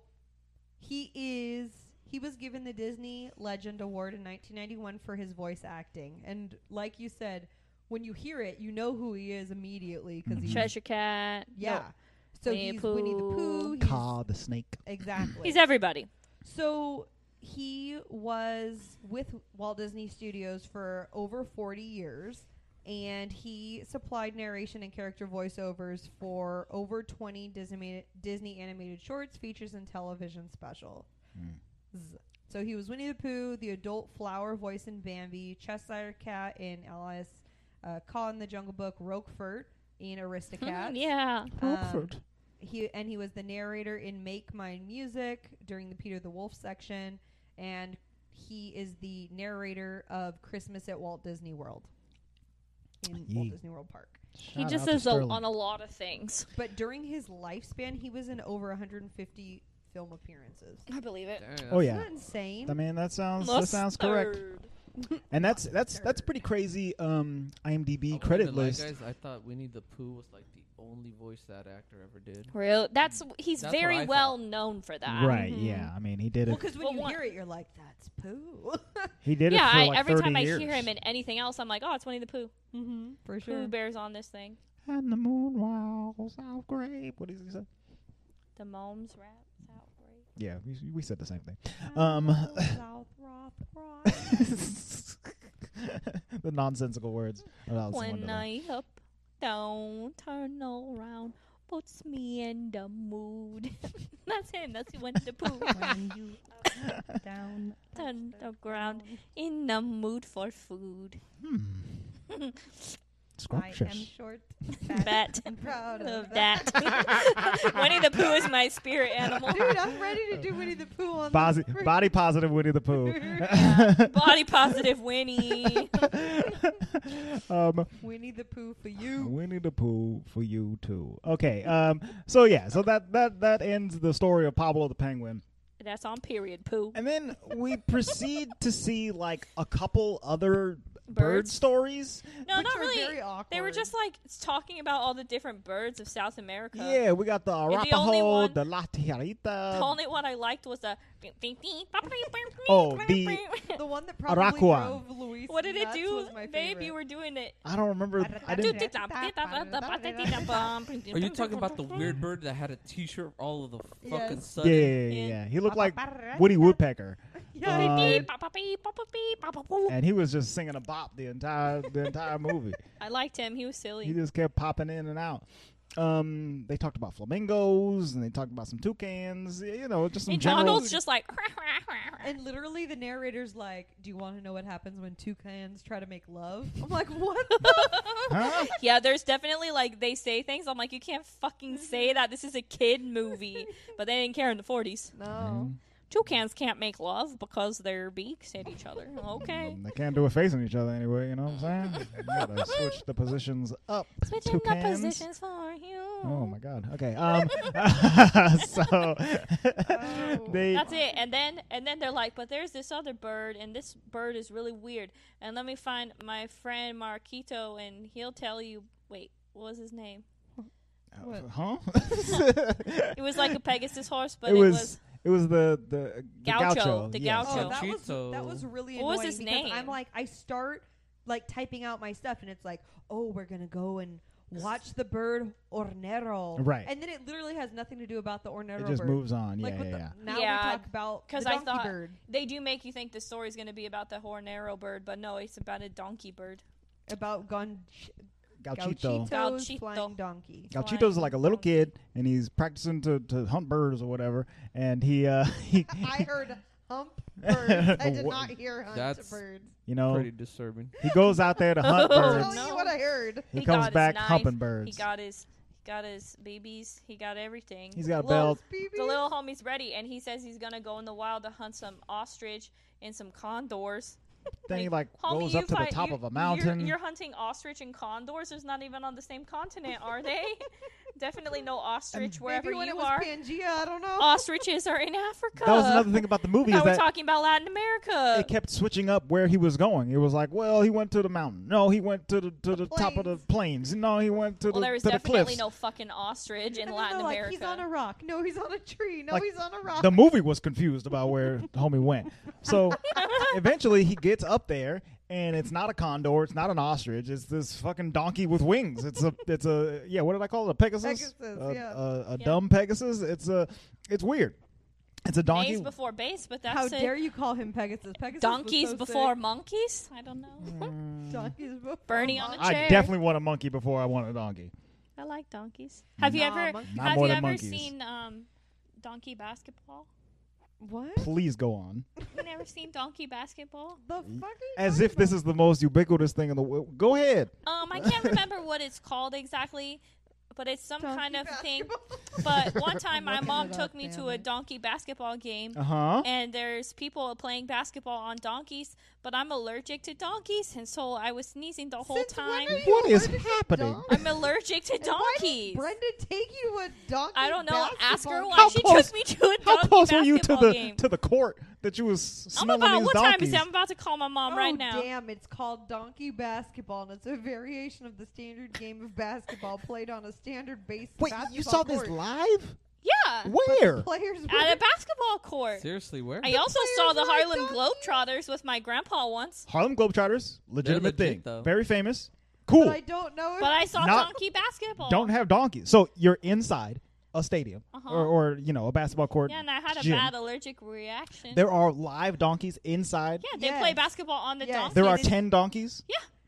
S4: he is he was given the Disney Legend Award in 1991 for his voice acting, and like you said, when you hear it, you know who he is immediately because
S2: Mm-hmm.
S4: he's
S3: Treasure Cat.
S4: yeah.
S3: No.
S4: So
S3: Winnie the
S4: he's Winnie the
S3: Pooh.
S4: Pooh. he's-
S2: Ka the snake.
S4: exactly.
S3: He's everybody.
S4: So he was with Walt Disney Studios for over 40 years, and he supplied narration and character voiceovers for over 20 Disney, Disney animated shorts, features, and television specials. So he was Winnie the Pooh, the adult flower voice in Bambi, Cheshire Cat in Alice, uh, Call in the Jungle Book, Roquefort in
S3: Mm,
S4: Aristocats.
S3: yeah.
S4: Um,
S2: Roquefort.
S4: he and he was the narrator in Make Mine Music during the Peter the Wolf section, and he is the narrator of Christmas at Walt Disney World in Walt
S2: Yee.
S4: Disney World Park.
S3: He
S2: Shout
S3: just
S2: out to
S3: is a,
S2: Sterling.
S3: on a lot of things.
S4: But during his lifespan, he was in over 150 film appearances.
S3: I believe it.
S1: Dang,
S2: Oh
S1: that's-
S2: yeah.
S4: Isn't that insane?
S2: I mean that sounds that sounds correct. And that's that's that's pretty crazy. Um,
S1: I
S2: IMDb
S1: wouldn't
S2: credit
S1: even lie,
S2: list.
S1: guys, I thought Winnie the Pooh was like the only voice that actor ever did.
S3: Real. That's he's
S1: That's what I
S3: very
S1: thought.
S3: well known for that.
S2: Right?
S4: Mhm.
S2: Yeah. I mean, he did
S4: well,
S2: it.
S4: because when
S3: Mm-hmm. Well,
S4: you
S3: one-
S4: hear it, you're like, "That's poo."
S2: He did
S3: yeah.
S2: it for
S3: I,
S2: like
S3: every
S2: 30
S3: time
S2: years.
S3: I hear him in anything else, I'm like, oh, it's Winnie the Pooh.
S4: mm-hmm, for
S3: Pooh
S4: sure.
S3: Bear's on this thing.
S2: and the moon rolls out grape. What does he say?
S3: The mom's rap. is out great.
S2: Yeah, we, we said the same thing.
S3: Mm-hmm.
S2: Um,
S4: South Roth Rock.
S2: the nonsensical words. about
S3: When
S2: Cinderella.
S3: I up, down, turn around, puts me in the mood. That's him. That's Winnie the Pooh.
S4: when you up, down,
S3: Turn the ground in the mood for food.
S2: Hmm.
S4: I am
S2: Scrumptious.
S4: short,
S3: Bet.
S4: and proud
S3: Love that. Winnie the Pooh is my spirit animal.
S4: Dude, I'm ready to do Winnie the Pooh on
S2: Body,
S4: this.
S2: body positive Winnie the Pooh.
S3: Body positive Winnie.
S2: um,
S4: Winnie the Pooh for you.
S2: Winnie the Pooh for you too. Okay. Um. So yeah. So that that that ends the story of Pablo the Penguin,
S3: That's on period, Pooh.
S2: and then we proceed to see like a couple other bird
S3: Birds?
S2: stories.
S3: No,
S4: Which
S3: not
S4: are
S3: really.
S4: very awkward.
S3: They were just like talking about all the different birds of South America.
S2: Yeah, we got the
S3: only
S2: Arapaho,
S3: one-
S2: the, La Tijerita,
S3: The only one I liked was the.
S2: Oh, the-
S4: the one that probably
S2: Araquan.
S4: drove Luis.
S3: What did it
S4: nuts
S3: do?
S4: Was my
S3: Babe,
S4: favorite.
S3: you were doing it.
S2: I don't remember. I didn't.
S1: Are you talking about the weird bird that had a T-shirt all of the fucking
S4: Yes.
S2: Yeah,
S1: sudden?
S2: yeah, yeah, yeah. He looked like Woody Woodpecker,
S4: Yeah,
S2: Uh,
S4: he did.
S2: and he was just singing a bop the entire the entire movie.
S3: I liked him. He was silly.
S2: He just kept popping in and out. Um, they talked about flamingos and they talked about some toucans. You know, just some
S3: and
S2: general.
S3: Donald's just like.
S4: And literally, the narrator's like, "Do you want to know what happens when two cans try to make love?" I'm like, "What?" the
S2: Huh?
S3: Yeah, there's definitely like they say things. I'm like, you can't fucking say that. This is a kid movie. But they didn't care in the 40s.
S4: No.
S3: toucans can't make love because their beaks hit each other. Okay.
S2: They can't do a face on each other anyway, you know what I'm saying? You gotta switch the positions up.
S3: Switching the
S2: toucans.
S3: positions for you.
S2: Oh my god. Okay. Um so they
S3: Oh. That's it. And then and then they're like, but there's this other bird, and this bird is really weird. And let me find my friend Marquito, and he'll tell you. Wait, what was his name?
S2: Uh, huh?
S3: It was like a Pegasus horse, but
S2: it was it was the the, the
S3: Gaucho, the
S2: yes.
S4: Oh,
S3: Gaucho.
S4: that was,
S1: Chito.
S4: that was really
S3: What was
S4: annoying
S3: his
S4: because
S3: name?
S4: I'm like, I start like typing out my stuff, and it's like, oh, we're gonna go and watch the bird ornero,
S2: Right.
S4: And then it literally has nothing to do about the ornero.
S2: It just
S4: bird.
S2: moves on.
S4: Like,
S2: yeah,
S4: what
S2: yeah, yeah.
S4: The, now
S3: Yeah,
S4: we talk about
S3: because
S4: the
S3: I
S4: donkey
S3: thought
S4: bird,
S3: they do make you think the story's going to be about the hornero bird, but no, it's about a donkey bird.
S4: about gon-
S2: Gauchito.
S4: Gauchito's
S3: Gauchito.
S4: flying donkey.
S2: Gauchito's like a little kid, and he's practicing to, to hunt birds or whatever. And he, uh, he
S4: I heard hump birds. I did
S2: What-
S4: not hear hunt
S1: That's-
S4: birds.
S2: you know,
S1: Pretty disturbing.
S2: he goes out there to hunt
S3: Oh,
S4: Tell
S2: birds.
S3: no.
S4: you what I heard.
S2: He,
S3: got
S2: comes
S3: his
S2: back
S3: knife,
S2: humping birds.
S3: He got his, he got his babies. He got everything.
S2: he's got a belt.
S4: Loves BB.
S3: the little homie's ready, and he says he's gonna go in the wild to hunt some ostrich and some condors.
S2: Then he like
S3: homie,
S2: goes
S3: you
S2: up to the
S3: find-
S2: top
S3: you-
S2: of a mountain.
S3: You're, you're hunting ostrich and condors. There's not even on the same continent, are they? Definitely no ostrich wherever
S4: Maybe when
S3: you
S4: it was
S3: are. Oh,
S4: Pangea, I don't know.
S3: Ostriches are in Africa.
S2: that was another thing about the movie
S3: Now
S2: is
S3: we're
S2: that
S3: talking about Latin America.
S2: it kept switching up where he was going. It was like, well, he went to the mountain. No, he went to the to the, top of the plains. No, he went to
S3: Well,
S2: the
S3: there is
S2: to the
S3: definitely
S2: cliffs.
S3: no fucking ostrich in
S4: And then
S3: Latin
S4: they're like,
S3: America.
S4: he's on a rock. No, he's on a tree. No,
S2: Like,
S4: he's on a rock.
S2: the movie was confused about where the homie went. So eventually he gets up there and it's not a condor, it's not an ostrich, it's this fucking donkey with wings. It's a it's a yeah, what did I call it? A Pegasus?
S4: Pegasus,
S2: a,
S4: yeah.
S2: a, a
S3: Yeah.
S2: dumb Pegasus. It's a it's weird. It's a donkey.
S3: Base before base, but that's
S4: How
S3: it.
S4: dare you call him Pegasus? Pegasus was
S3: Donkeys
S4: so
S3: before monkeys? I don't know.
S2: Mm.
S4: sick. donkeys before
S3: Bernie on
S4: monkeys.
S3: a
S2: I
S3: chair.
S2: definitely want a monkey before I want a donkey.
S3: I like donkeys. Have you
S4: Nah,
S3: ever
S4: monkeys-
S2: Not
S3: have
S2: more
S3: you
S2: than
S3: ever
S2: monkeys.
S3: seen um, donkey basketball?
S4: What
S2: Please go on.
S3: You never seen donkey basketball?
S4: the fuck?
S2: As if this is the most ubiquitous thing in the world. Go ahead.
S3: Um, I can't remember what it's called exactly, but it's some kind of thing. But one time, my
S4: looking
S3: mom
S4: it
S3: took
S4: up,
S3: me
S4: damn
S3: to a
S4: it.
S3: donkey basketball game,
S2: Uh
S4: Uh-huh.
S2: huh.
S3: and there's people playing basketball on donkeys. But I'm allergic to donkeys, and so I was sneezing the whole
S4: Since when
S3: time.
S4: are you
S2: What is
S4: allergic to
S2: happening?
S4: donkeys?
S3: I'm allergic to
S4: And why did
S3: donkeys.
S4: Brenda take you to a donkey.
S3: I don't know. Ask her
S4: basketball
S3: why
S2: How
S3: she
S2: close-
S3: took me to a donkey
S2: How close were
S3: basketball
S2: you to the
S3: game.
S2: to the court that you was
S3: I'm
S2: smelling
S3: about
S2: these
S3: what time
S2: donkeys?
S3: is it? I'm about to call my mom
S4: Oh,
S3: right now.
S4: Damn, it's called donkey basketball, and it's a variation of the standard game of basketball played on a standard base.
S2: Wait,
S4: basketball
S2: you saw this
S4: court.
S2: live?
S3: Yeah,
S2: Where?
S4: Players
S3: at
S4: were-
S3: a basketball court.
S1: Seriously, where?
S3: I also
S4: players
S3: saw the
S4: are
S3: Harlem
S4: donkeys.
S3: Globetrotters with my grandpa once,
S2: Harlem Globetrotters,
S1: legit,
S2: legitimate thing,
S1: though.
S2: very famous,
S4: but
S2: cool.
S4: I don't know. If
S3: but I saw
S2: Not-
S3: donkey basketball.
S2: Don't have donkeys, so you're inside a stadium
S3: Uh-huh.
S2: or, or you know a basketball court.
S3: yeah, and I had a
S2: gym.
S3: bad allergic reaction.
S2: There are live donkeys inside.
S3: yeah, they play
S4: Yes.
S3: basketball on the
S4: Yes.
S3: donkeys.
S2: there are
S4: It's-
S2: ten donkeys.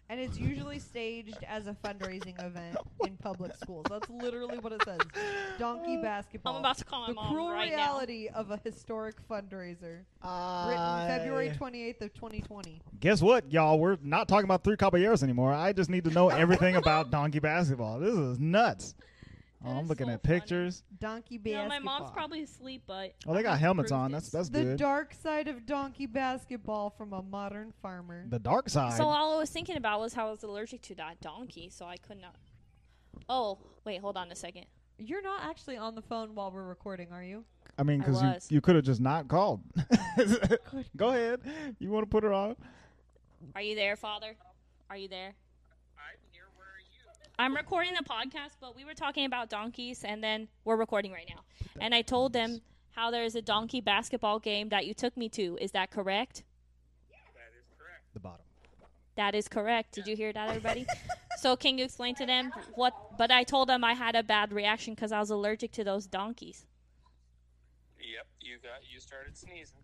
S4: and it's usually staged as a fundraising event in public schools. That's literally what it says. Donkey basketball.
S3: I'm about to call my
S4: the
S3: mom
S4: cruel
S3: right
S4: reality of a historic fundraiser.
S2: Uh,
S4: Written February 28th of 2020.
S2: Guess what, y'all? We're not talking about three caballeros anymore. I just need to know everything about donkey basketball. This is nuts. Oh,
S3: That
S2: I'm
S3: is
S2: looking
S3: so
S2: at
S3: funny.
S2: pictures.
S4: Donkey
S3: now.
S4: basketball.
S3: No, my mom's probably asleep, but
S2: Oh, they got helmets on. That's
S3: Brutus.
S2: that's
S4: the
S2: good.
S4: dark side of donkey basketball from a modern farmer.
S2: the dark side.
S3: so all I was thinking about was how I was allergic to that donkey, so I could not. Oh, wait, hold on a second.
S4: You're not actually on the phone while we're recording, are you?
S2: I mean,
S3: I
S2: because you,
S3: was.
S2: you could have just not called. Go ahead. You want to put her on?
S3: Are you there, Father? Are you there? I'm recording the podcast, but we were talking about donkeys, and then we're recording right now. And I told them how there is a donkey basketball game that you took me to. Is that correct?
S2: The bottom.
S3: That is correct. Did you hear that, everybody? so, can you explain to them what? But I told them I had a bad reaction because I was allergic to those donkeys.
S5: Yep, you got you started sneezing.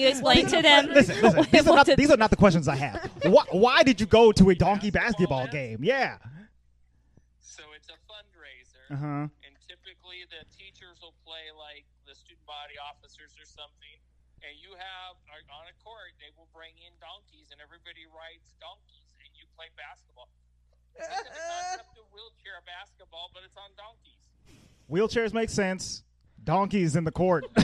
S3: you explain to them?
S2: Listen, listen. These are,
S3: what
S2: not,
S3: the-
S2: these are not the questions I have. Why, why did you go to a donkey basketball game? Yeah.
S5: So it's a fundraiser,
S2: huh.
S5: and typically the teachers will play like the student body officers or something. And you have are on a court, they will bring in donkeys, and everybody rides donkeys, and you play basketball. It's the concept of wheelchair basketball, but it's on donkeys.
S2: Wheelchairs make sense. Donkeys in the court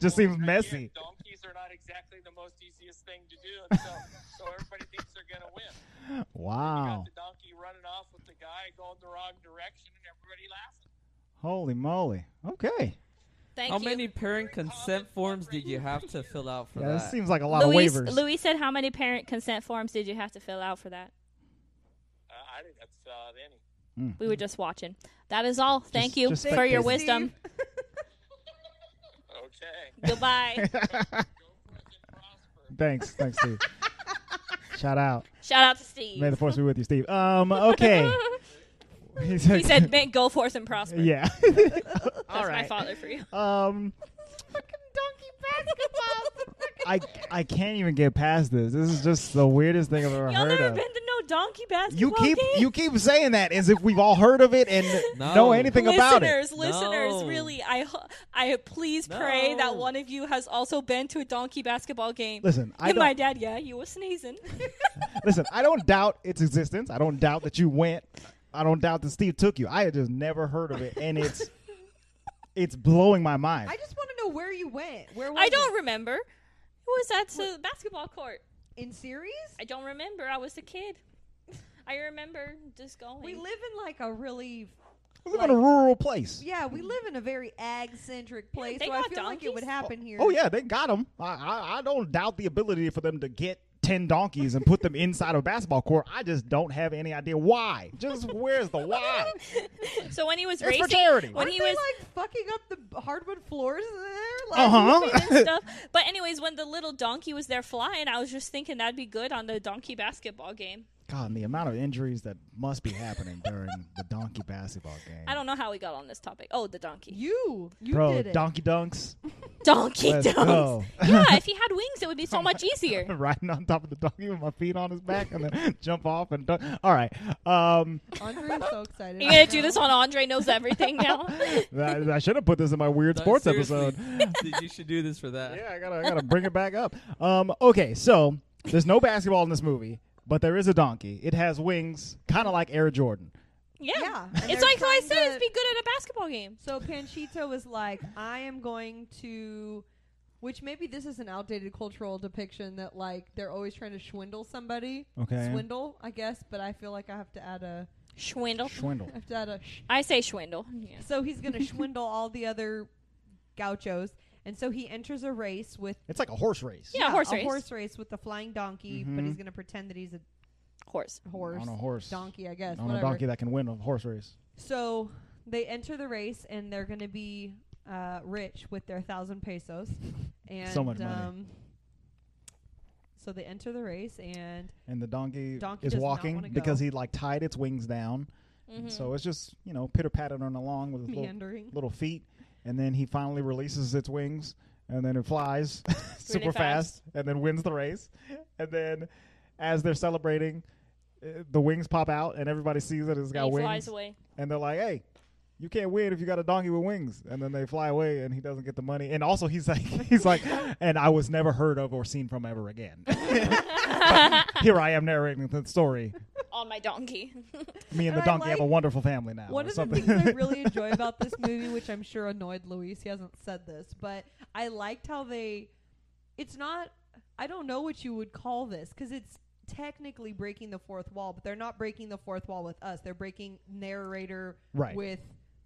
S2: just seems messy.
S5: Again, donkeys are not exactly the most easiest thing to do, and so, so everybody thinks they're going to win. You
S2: Wow.
S5: got the donkey running off with the guy going the wrong direction, and everybody laughing.
S2: Holy moly. Okay.
S3: Thank
S1: How
S3: you.
S1: many parent consent forms did you have to fill out for
S2: Yeah, that
S1: that?
S2: seems like a lot
S3: Luis,
S2: of waivers.
S3: Luis said, "How many parent consent forms did you have to fill out for that?"
S5: Uh, I didn't have to fill out any.
S3: We were just watching. That is all. Thank
S2: Just-
S3: you
S2: just
S3: for your
S2: spectators.
S3: wisdom.
S5: Okay.
S3: Goodbye.
S5: Go forth and prosper.
S2: thanks, thanks, Steve. Shout out.
S3: Shout out to
S2: May the
S3: Steve.
S2: force be with you, Steve. Um, okay. He said,
S3: He said, "Man, "Go forth and prosper."
S2: "Yeah."
S3: That's my father for you.
S2: Um,
S4: donkey basketball.
S2: I I can't even get past this. This is just the weirdest thing I've ever
S3: Y'all
S2: heard
S3: never
S2: of.
S3: been to no donkey basketball
S2: You keep
S3: game?
S2: you keep saying that as if we've all heard of it and
S1: No.
S2: know anything about it.
S3: listeners, listeners,
S1: No.
S3: really, I, ho- I please pray
S1: No.
S3: that one of you has also been to a donkey basketball game.
S2: Listen, I
S3: and my
S2: don't
S3: dad, yeah, you were sneezing.
S2: listen. I don't doubt its existence. I don't doubt that you went. I don't doubt that Steve took you. I had just never heard of it, and it's it's blowing my mind.
S4: I just want to know where you went. Where was
S3: I don't
S4: it?
S3: remember. It was at the basketball court.
S4: in series.
S3: I don't remember. I was a kid. I remember just going.
S4: We live in like a really
S2: We live in a rural place.
S4: yeah. We live in a very ag centric place,
S3: they
S4: so I
S3: got
S4: feel like it would
S3: donkeys.
S4: happen here.
S2: Oh yeah, they got them. I, I I don't doubt the ability for them to get ten donkeys and put them inside a basketball court. I just don't have any idea why. Just where's the why?
S3: so when he was
S2: It's for
S3: racing,
S2: charity.
S3: when
S4: Aren't
S3: he
S4: they
S3: was
S4: like fucking up the hardwood floors in there? Like,
S2: Uh huh.
S3: and stuff. But anyways, when the little donkey was there flying, I was just thinking that'd be good on the donkey basketball game.
S2: God, and the amount of injuries that must be happening during the donkey basketball game.
S3: I don't know how we got on this topic. Oh, the donkey.
S4: You, you
S2: Bro,
S4: did it.
S2: donkey dunks.
S3: Donkey
S2: Let's
S3: dunks.
S2: go.
S3: Yeah, if he had wings, it would be so much easier.
S2: Riding on top of the donkey with my feet on his back and then jump off and dunk. All right. Um,
S4: Andre is so excited.
S3: You're gonna do this on Andre knows everything now.
S2: I, I should have put this in my weird
S1: No,
S2: sports
S1: seriously,
S2: episode.
S1: you should do this for that.
S2: Yeah, I gotta, I gotta bring it back up. Um, okay, so there's no basketball in this movie, but there is a donkey. It has wings, kind of like Air Jordan.
S3: Yeah,
S4: Yeah, and
S3: it's
S4: they're
S3: like how I
S4: trying
S3: said,
S4: to-
S3: it's be good at a basketball game.
S4: So Panchito was like, I am going to. Which maybe this is an outdated cultural depiction that like they're always trying to swindle somebody.
S2: Okay.
S4: Swindle, I guess, but I feel like I have to add a
S3: Schwindel.
S2: Schwindel.
S4: I have to add a sh-
S3: I say Schwindel. Yeah.
S4: So he's going to swindle all the other gauchos. And so he enters a race with
S2: It's like a horse race.
S3: Yeah, horse
S4: a
S3: race.
S4: horse race with the flying donkey, but
S2: Mhm.
S4: he's going to pretend that he's a
S3: Horse.
S4: horse.
S2: On a horse.
S4: Donkey, I guess.
S2: On
S4: whatever.
S2: a donkey that can win a horse race.
S4: So they enter the race and they're going to be uh, rich with their thousand pesos. And,
S2: So much money.
S4: Um, so they enter the race and
S2: And the donkey,
S4: Donkey
S2: is
S4: does not
S2: walking
S4: wanna go. Mm-hmm.
S2: because he like tied its wings down.
S3: Mhm.
S2: So it's just you know pitter pattering along with his little,
S4: meandering.
S2: little feet, and then he finally releases its wings, and then it flies super fast.
S3: fast.
S2: and then wins the race. And then, as they're celebrating, uh, the wings pop out, and everybody sees that it's
S3: And
S2: got
S3: he
S2: wings,
S3: flies away.
S2: and they're like, "Hey, you can't win if you got a donkey with wings." And then they fly away, and he doesn't get the money. And also, he's like, he's like, and I was never heard of or seen from ever again. Here I am narrating the story.
S3: on my donkey.
S2: Mm-hmm. Me and,
S4: And
S2: the
S4: I
S2: donkey have a
S4: like-
S2: wonderful family now.
S4: One
S2: or
S4: of the
S2: something.
S4: things I really enjoy about this movie, which I'm sure annoyed Luis, he hasn't said this, but I liked how they. It's not. I don't know what you would call this because it's technically breaking the fourth wall, but they're not breaking the fourth wall with us. They're breaking narrator
S2: Right.
S4: with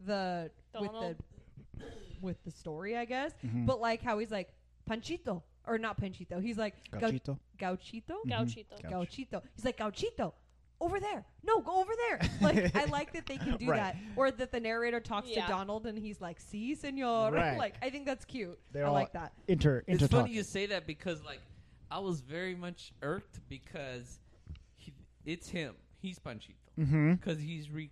S4: the
S3: Donald.
S4: with the with the story, I guess.
S2: Mm-hmm. Mm.
S4: But like how he's like Panchito or not Panchito, he's like Gau-
S2: Gauchito.
S4: Gauchito.
S3: Gauchito.
S2: Gau- Ouch.
S4: Gauchito. He's like, Gauchito, over there. No, go over there. Like, I like that they can do
S2: Right.
S4: that. Or that the narrator talks
S3: Yeah.
S4: to Donald and he's like, see, senor.
S2: Right.
S4: like, I think that's cute.
S2: They're
S4: I
S2: all
S4: like that.
S2: Inter,
S1: It's
S2: inter
S1: funny you say that because like I was very much irked because he, it's him. He's Panchito
S2: Mm-hmm.
S1: because he's re.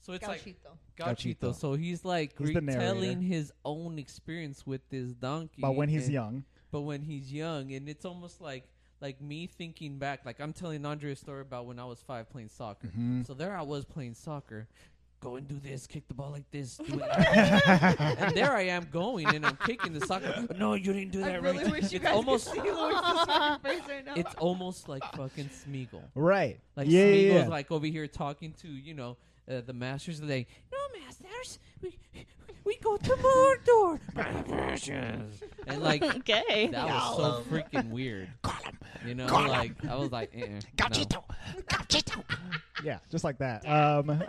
S1: So it's like
S4: Gauchito.
S1: Gauchito.
S2: Gauchito.
S1: So he's like
S2: He's the narrator.
S1: retelling his own experience with this donkey.
S2: But when he's
S1: and-
S2: young,
S1: But when he's young, and it's almost like like me thinking back. Like I'm telling Andre a story about when I was five playing soccer.
S2: Mm-hmm.
S1: So there I was playing soccer. Go and do this, kick the ball like this. Do it like that. and there I am going and I'm kicking the soccer. No, you didn't do
S4: I
S1: that
S4: really
S1: right.
S4: wish you
S1: it's
S4: guys
S1: almost
S4: could see Luis's fucking face right now.
S1: it's almost like fucking Smeagol.
S2: right?
S1: Like
S2: yeah,
S1: Smeagol's
S2: yeah, yeah.
S1: like over here talking to you know uh, the masters. They no masters, we we go to and like that
S3: okay.
S1: was so freaking weird. You know, like I was like, uh-uh, no.
S2: Yeah, just like that. Um,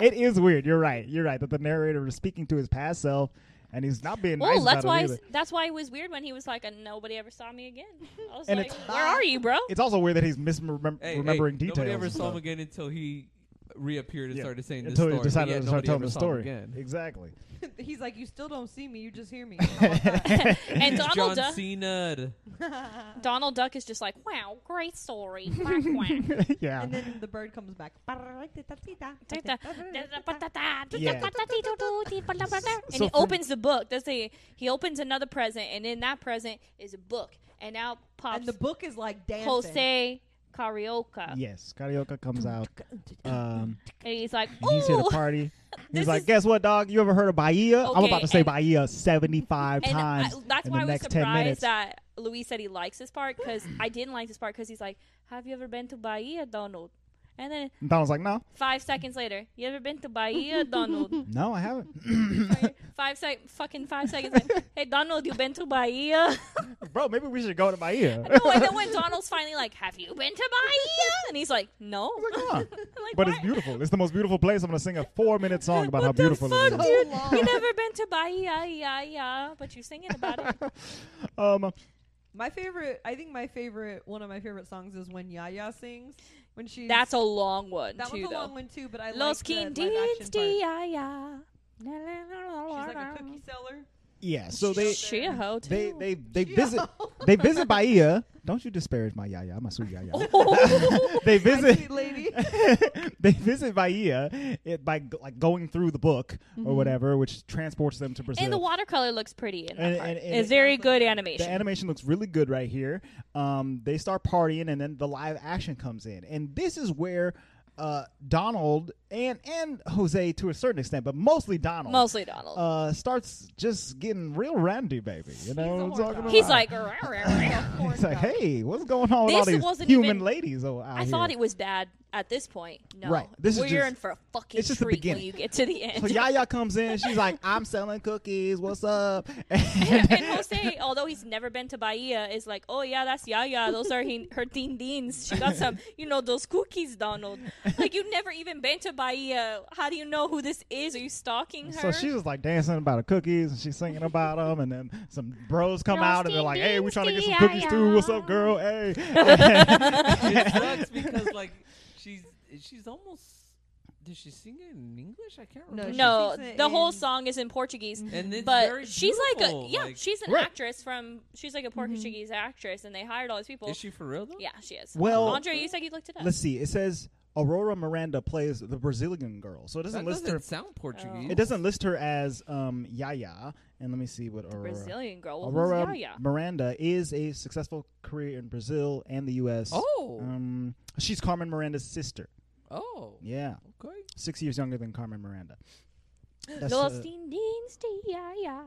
S2: it is weird. You're right. You're right that the narrator is speaking to his past self, and he's not being
S3: Well,
S2: nice
S3: that's
S2: about
S3: why
S2: it either.
S3: that's why it was weird when he was like, and nobody ever saw me again. I was
S2: And
S3: like,
S2: it's-
S3: where are you, bro?
S2: It's also weird that he's misremembering
S1: Hey, hey,
S2: remembering details.
S1: Nobody ever
S2: and
S1: saw him
S2: stuff.
S1: again until he reappeared and
S2: Yeah,
S1: started saying this
S2: Until
S1: story.
S2: he decided
S1: yeah,
S2: to start
S1: nobody
S2: telling
S1: ever
S2: the
S1: saw him
S2: story.
S1: again.
S2: Exactly.
S4: He's like, you still don't see me. You just hear me. How about
S3: And Donald
S1: John
S3: Duck,
S1: Cena.
S4: that?
S3: Donald Duck is just like, wow, great story. Quack, quack.
S2: yeah.
S4: and then the bird comes back.
S2: Yeah.
S3: And
S2: So
S3: he
S2: for-
S3: opens the book. That's a he opens another present, and in that present is a book, and out pops
S4: And the book is like dancing.
S3: Jose Carioca.
S2: yes, Carioca comes out. Um,
S3: And he's like,
S2: and he's here to
S3: ooh.
S2: party. He's
S3: This
S2: like,
S3: is-
S2: guess what, dog? You ever heard of Bahia? I'm
S3: Okay,
S2: about to say
S3: and-
S2: Bahia 75
S3: And I,
S2: times
S3: that's
S2: in
S3: why I
S2: the
S3: was
S2: next 10 minutes.
S3: surprised that Luis said he likes this part because I didn't like this part because he's like, "Have you ever been to Bahia, Donald?" And then
S2: and Donald's like, no,
S3: five seconds later, "You ever been to Bahia, Donald?"
S2: no, I haven't.
S3: five sec, fucking five seconds. Later, hey, Donald, you been to Bahia?
S2: Bro, maybe we should go to Bahia.
S3: no, and then when Donald's finally like, "Have you been to Bahia?" and he's like, "No."
S2: Come on.
S3: I'm like,
S2: But it's
S3: "Why?"
S2: beautiful. It's the most beautiful place. I'm gonna sing a four minute song about
S3: What
S2: how
S3: the
S2: beautiful
S3: fuck,
S2: it is.
S4: So
S3: dude?
S4: long.
S3: You never been to Bahia, yeah, yeah, but you're singing about it.
S2: Um,
S4: My favorite, I think my favorite, one of my favorite songs is when Yaya sings. When she
S3: That's a long one
S4: that
S3: too,
S4: one's a
S3: though.
S4: long one too, but I
S3: Los
S4: like the live action
S3: Quindins de
S4: part.
S3: Aya.
S4: She's like a cookie seller.
S2: yeah. So they
S3: She a hoe too.
S2: they they they
S4: She-
S2: visit they visit Bahia. Don't you disparage my yaya? I'm a sweet yaya.
S3: Oh.
S2: they
S4: My
S2: visit
S4: sweet lady.
S2: they visit Bahia it, by g- like going through the book or whatever, which transports them to Brazil.
S3: Mm-hmm. and the watercolor looks pretty in that
S2: And-
S3: part.
S2: and- and-
S3: it's very good
S2: the
S3: animation.
S2: animation looks really good right here. Um, they start partying, and then the live action comes in, and this is where uh, Donald and and Jose, to a certain extent, but mostly Donald,
S3: Mostly Donald.
S2: uh, starts just getting real randy, baby. You know,
S4: a
S2: what I'm
S4: horn
S2: talking
S4: dog.
S2: about?
S3: He's like, "Rawr, rawr, rawr."
S2: he's like, hey, what's going on with
S3: This
S2: all these
S3: wasn't
S2: human
S3: even-
S2: ladies? o- Out
S3: I
S2: here?
S3: thought it was bad at this point. No,
S2: Right. This is
S3: we're
S2: just-
S3: in for a fucking
S2: it's just the
S3: treat
S2: beginning.
S3: when you get to the end.
S2: So Yaya comes in, she's like, I'm selling cookies, what's up?
S3: and Jose, although he's never been to Bahia, is like, oh yeah, that's Yaya. Those are he, her tindins. She got some, you know, those cookies, Donald. Like you've never even been to Bahia. How do you know who this is? Are you stalking her?
S2: So she was like dancing about her cookies and she's singing about them. And then some bros come out and they're like, hey, we trying to get some cookies too. What's up, girl? Hey.
S1: it sucks because like she's she's almost. Did she sing it in English? I can't
S4: No,
S1: remember.
S3: no,
S4: She sings it
S3: the whole
S4: in-
S3: song is in Portuguese.
S1: and it's
S3: But
S1: very
S3: she's like a
S1: beautiful,
S3: yeah,
S1: like- Mm-hmm.
S3: she's an
S2: Right.
S3: actress from she's like a Portuguese actress, and they hired all these people.
S1: Is she for real though?
S3: yeah, she is.
S2: Well- uh,
S3: Andre, you said you looked it up.
S2: Let's see. It says Aurora Miranda plays the Brazilian girl. So it doesn't
S1: That
S2: list
S1: doesn't
S2: her.
S1: sound Portuguese.
S2: It doesn't list her as um, Yaya. And let me see what Aurora.
S3: Brazilian girl. Well, who's
S2: Aurora
S3: Yaya?
S2: Miranda is a successful career in Brazil and the U.S.
S1: Oh,
S2: Um, she's Carmen Miranda's sister.
S1: oh,
S2: Yeah.
S1: okay.
S2: Six years younger than Carmen Miranda. That's,
S3: Los
S2: uh,
S3: tindins de Yaya.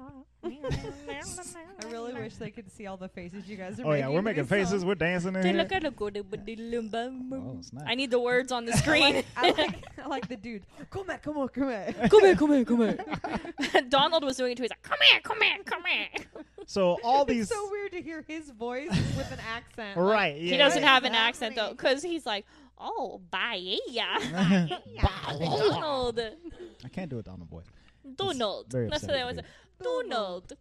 S4: I really wish they could see all the faces you guys are
S2: oh,
S4: making.
S2: yeah. We're
S4: to
S2: making
S4: this song.
S2: faces. We're dancing in
S3: They
S2: here.
S3: look at a good bum.
S2: Oh, it's nice.
S3: I need the words on the screen.
S4: I like, I like the dude. Come on, come on, come on.
S3: come here, come here, come here. Donald was doing it too. He's like, come here, come here, come here.
S2: So all these
S4: It's so weird to hear his voice with an accent. Like,
S2: right. Yeah.
S3: He doesn't
S4: What
S3: have
S4: is
S3: an accent though,
S4: happening?
S3: because he's like, oh, Bahia. Donald.
S2: I can't do a Donald voice.
S3: Donald.
S2: very
S3: That's what I was.
S2: upsetting
S3: Donald.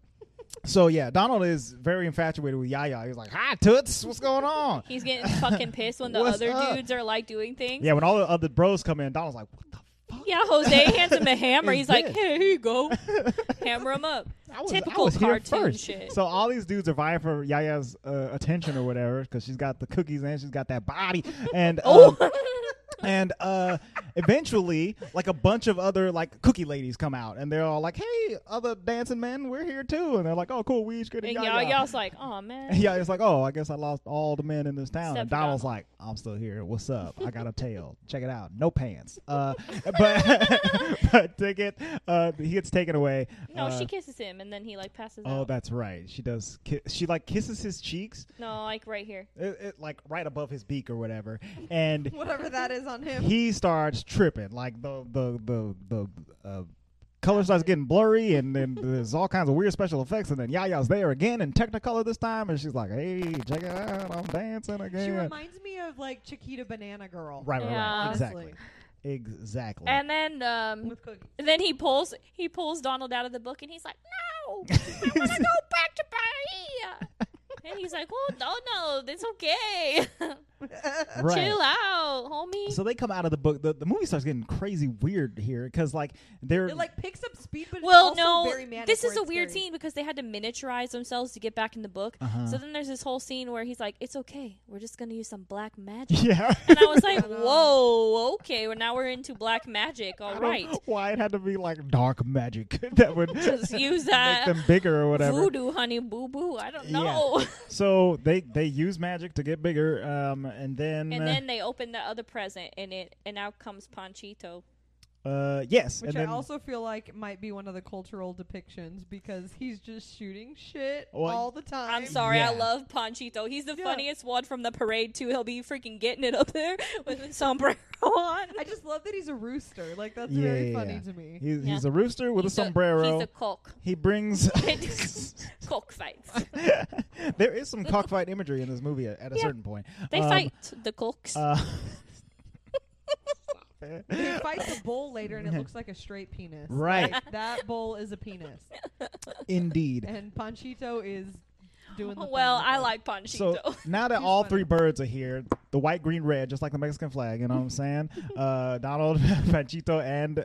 S2: So yeah, Donald is very infatuated with Yaya. He's like, "Hi, toots, what's going on?"
S3: He's getting fucking pissed when the
S2: What's
S3: other
S2: up?
S3: dudes are like doing things.
S2: yeah, when all the other bros come in, Donald's like, "What the fuck?"
S3: Yeah, Jose hands him a hammer.
S2: Is
S3: He's like,
S2: this-
S3: here you go. hammer him up.
S2: I was,
S3: Typical
S2: I was here
S3: cartoon
S2: first.
S3: shit.
S2: So all these dudes are vying for Yaya's uh, attention or whatever because she's got the cookies and she's got that body and
S3: Oh,
S2: um, and uh, eventually like a bunch of other like cookie ladies come out and they're all like, "Hey, other dancing men, we're here too." And they're like, "Oh, cool, we each get a
S3: And
S2: Yaya."
S3: Yaya's like, oh man.
S2: Yeah, it's like, oh, I guess I lost all the men in this town.
S3: Except
S2: and
S3: for
S2: Donald's like, I'm still here. What's up? I got a tail. Check it out. No pants. Uh, but but to get uh, he gets taken away.
S3: No,
S2: Uh,
S3: she kisses him, and then he like passes
S2: Oh,
S3: out.
S2: that's right. She does. Ki- she like kisses his cheeks,
S3: no, like right here.
S2: it, it, like right above his beak or whatever, and
S4: Whatever that is on him.
S2: he starts tripping. Like the the the the. Uh, color starts getting blurry, and then there's all kinds of weird special effects, and then Yaya's there again in Technicolor this time, and she's like, "Hey, check it out, I'm dancing again."
S4: She reminds me of like Chiquita Banana Girl.
S2: right, right, right,
S3: Yeah.
S2: exactly, exactly.
S3: And then um,
S4: With cookies.
S3: then he pulls he pulls Donald out of the book, and he's like, "No, I want to go back to Bahia." and he's like, "Oh, Donald, it's okay.
S2: right.
S3: Chill out, homie."
S2: So they come out of the book. The, the movie starts getting crazy weird here because like they're
S4: It like picks up speed, but
S3: well,
S4: it's
S3: no,
S4: also very manic
S3: this
S4: where
S3: is a
S4: it's
S3: weird
S4: scary.
S3: scene because they had to miniaturize themselves to get back in the book.
S2: Uh-huh.
S3: So then there's this whole scene where he's like, "It's okay, we're just gonna use some black magic."
S2: yeah.
S3: and I was like,
S4: I know.
S3: "Whoa, okay, well now we're into black magic.
S2: I
S3: All
S2: don't
S3: right,
S2: know Why it had to be like dark magic that would
S3: just use
S2: make
S3: that
S2: them bigger or whatever.
S3: voodoo, honey, boo boo. I don't
S2: Yeah.
S3: know."
S2: So they they use magic to get bigger, um, and then
S3: and then they open the other present in it, and out comes Panchito.
S2: uh, yes,
S4: Which
S2: and then
S4: I also feel like might be one of the cultural depictions because he's just shooting shit
S2: Well,
S4: all the time.
S3: I'm sorry, I
S2: Yeah.
S3: love Panchito. He's the
S4: Yeah.
S3: funniest one from the parade too. He'll be freaking getting it up there with his sombrero on.
S4: I just love that he's a rooster. Like that's
S2: Yeah,
S4: very
S2: yeah,
S4: funny
S2: yeah.
S4: to me.
S2: he's,
S3: Yeah.
S2: he's a rooster with
S3: He's
S2: a sombrero.
S3: He's a cock.
S2: he brings.
S3: cock fights.
S2: there is some cockfight imagery in this movie at, at a
S3: Yeah.
S2: certain point.
S3: They
S2: Um,
S3: fight the cocks.
S2: Uh,
S4: They fight the bull later, and it looks like a straight penis.
S2: Right.
S4: Like, that bull is a penis,
S2: indeed.
S4: and Panchito is doing. The
S3: Oh, well,
S4: thing with
S3: I
S4: it.
S3: like Panchito.
S2: So now that
S4: He's
S2: all
S4: funny.
S2: three birds are here, the white, green, red, just like the Mexican flag, you know what I'm saying? uh, Donald, Panchito, and uh,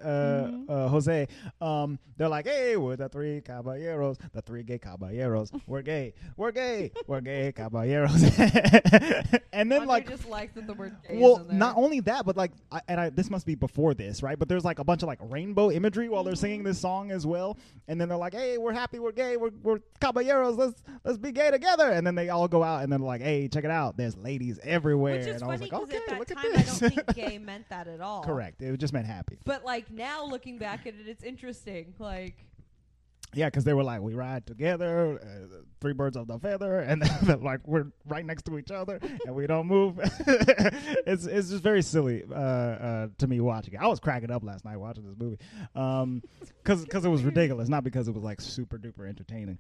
S4: Mm-hmm.
S2: uh, Jose, um, they're like, hey, we're the three caballeros, the three gay caballeros. We're gay, we're gay, we're gay caballeros. and then,
S4: Andre
S2: like,
S4: just likes that the word gay is
S2: well,
S4: in there.
S2: not only that, but like, I, and I, this must be before this, right? But there's like a bunch of like rainbow imagery while they're singing this song as well, and then they're like, "Hey, we're happy, we're gay, we're, we're caballeros, let's let's be gay together," and then they all go out and then like, "Hey, check it out, there's ladies everywhere,"
S4: which is
S2: and I was
S4: funny
S2: like,
S4: because
S2: "Okay,
S4: at
S2: look
S4: that time
S2: at
S4: I
S2: this."
S4: don't think gay meant that at all.
S2: Correct. It just meant happy.
S4: But like now, looking back at it, it's interesting. Like
S2: Yeah, because they were like, we ride together, uh, three birds of the feather, and they're like we're right next to each other and we don't move. it's it's just very silly uh, uh, to me watching it. I was cracking up last night watching this movie, um, because it was ridiculous, not because it was like super duper entertaining.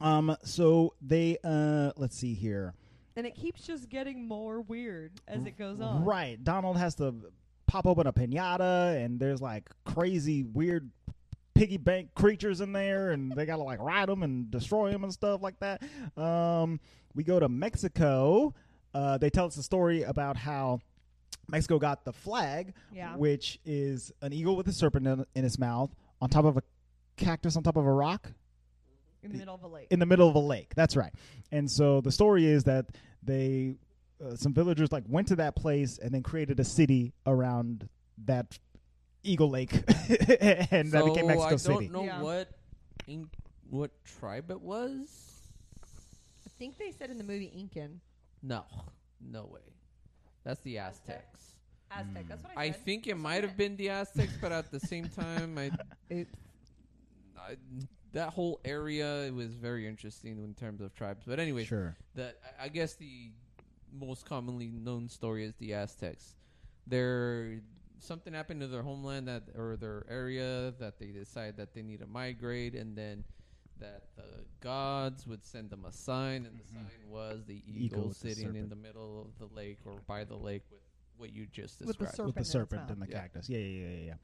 S2: Um, so they uh, let's see here.
S4: And it keeps just getting more weird as it goes on.
S2: Right. Donald has to pop open a pinata, and there's like crazy, weird piggy bank creatures in there, and they gotta like ride them and destroy them and stuff like that. Um, we go to Mexico. Uh, they tell us a story about how Mexico got the flag,
S4: Yeah.
S2: which is an eagle with a serpent in, in its mouth on top of a cactus on top of a rock
S4: In the middle of a lake.
S2: in the middle of a lake. That's right. And so the story is that they, uh, some villagers like went to that place and then created a city around that Eagle Lake, and that became Mexico
S1: I don't
S2: City.
S1: know
S4: Yeah.
S1: what in, what tribe it was.
S4: I think they said in the movie Incan.
S1: No, no way. That's the Aztecs.
S4: Aztec. That's what I
S1: I
S4: said.
S1: think it might have been the Aztecs, but at the same time, I,
S4: Oops.
S1: I that whole area it was very interesting in terms of tribes. But anyway,
S2: Sure.
S1: that I I guess the most commonly known story is the Aztecs. Their something happened to their homeland that or their area that they decide that they need to migrate, and then that the gods would send them a sign, and the sign was the
S2: Mm-hmm. Eagle
S1: eagle
S2: with the
S1: sitting in
S2: serpent.
S1: the middle of the lake or by the lake with what you just
S4: With
S1: described.
S4: the
S2: With the
S4: Serpent in
S2: serpent
S4: its
S2: and the
S1: mouth. Yeah.
S2: cactus, yeah, yeah, yeah, yeah. yeah.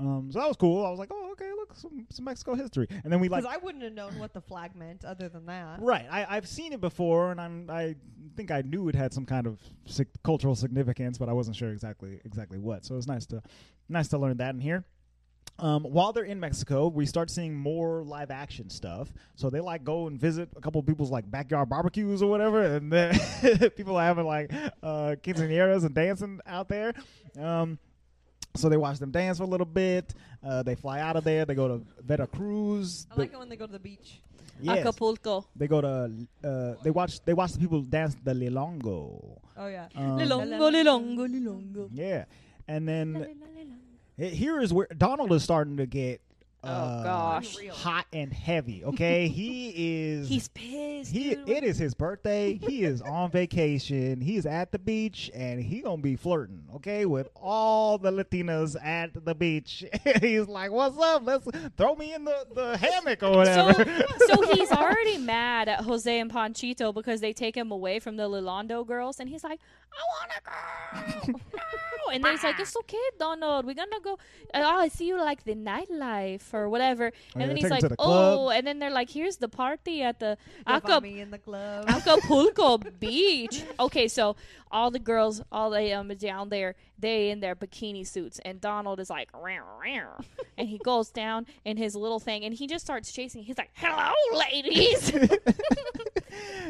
S2: Um, so that was cool. I was like, oh, okay, look, some, some Mexico history. And then we like,
S4: Because I wouldn't have known what the flag meant other than that.
S2: right? I, I've seen it before, and I'm, I think I knew it had some kind of sig- cultural significance, but I wasn't sure exactly exactly what. So it was nice to nice to learn that in here. Um, while they're in Mexico, we start seeing more live action stuff. So they like go and visit a couple people's like backyard barbecues or whatever, and then people are having like uh, quinceañeras and dancing out there. Um, so they watch them dance for a little bit. Uh, they fly out of there. They go to Veracruz.
S4: I like it when they go to the beach.
S2: Yes.
S3: Acapulco.
S2: They go to uh, they watch they watch the people dance the lilongo.
S4: Oh, yeah.
S2: Um,
S3: Lilongo, lilongo, lilongo.
S2: Yeah, and then he- here is where Donald is starting to get
S3: Oh
S2: uh,
S3: gosh,
S4: Unreal.
S2: hot and heavy. Okay, he is.
S3: he's pissed.
S2: he.
S3: dude.
S2: It is his birthday. He is on vacation. He's at the beach, and he gonna be flirting. Okay, with all the Latinas at the beach. he's like, "What's up? Let's throw me in the, the hammock or
S3: so,
S2: whatever."
S3: so he's already mad at Jose and Panchito because they take him away from the Lilando girls, and he's like, "I wanna go." No. And then he's like, "It's okay, Donald. We're gonna go. uh, Oh, I see you like the nightlife or whatever."
S2: Oh,
S3: And
S2: yeah,
S3: then
S2: they take him
S3: he's like,
S2: to the club.
S3: "Oh," and then they're like, "Here's the party at the
S4: You'll
S3: Acap-
S4: find me in the club.
S3: Acapulco Beach. Okay, so all the girls, all the um down there, they in their bikini suits, and Donald is like, "Row, row," and he goes down in his little thing, and he just starts chasing. He's like, "Hello, ladies!"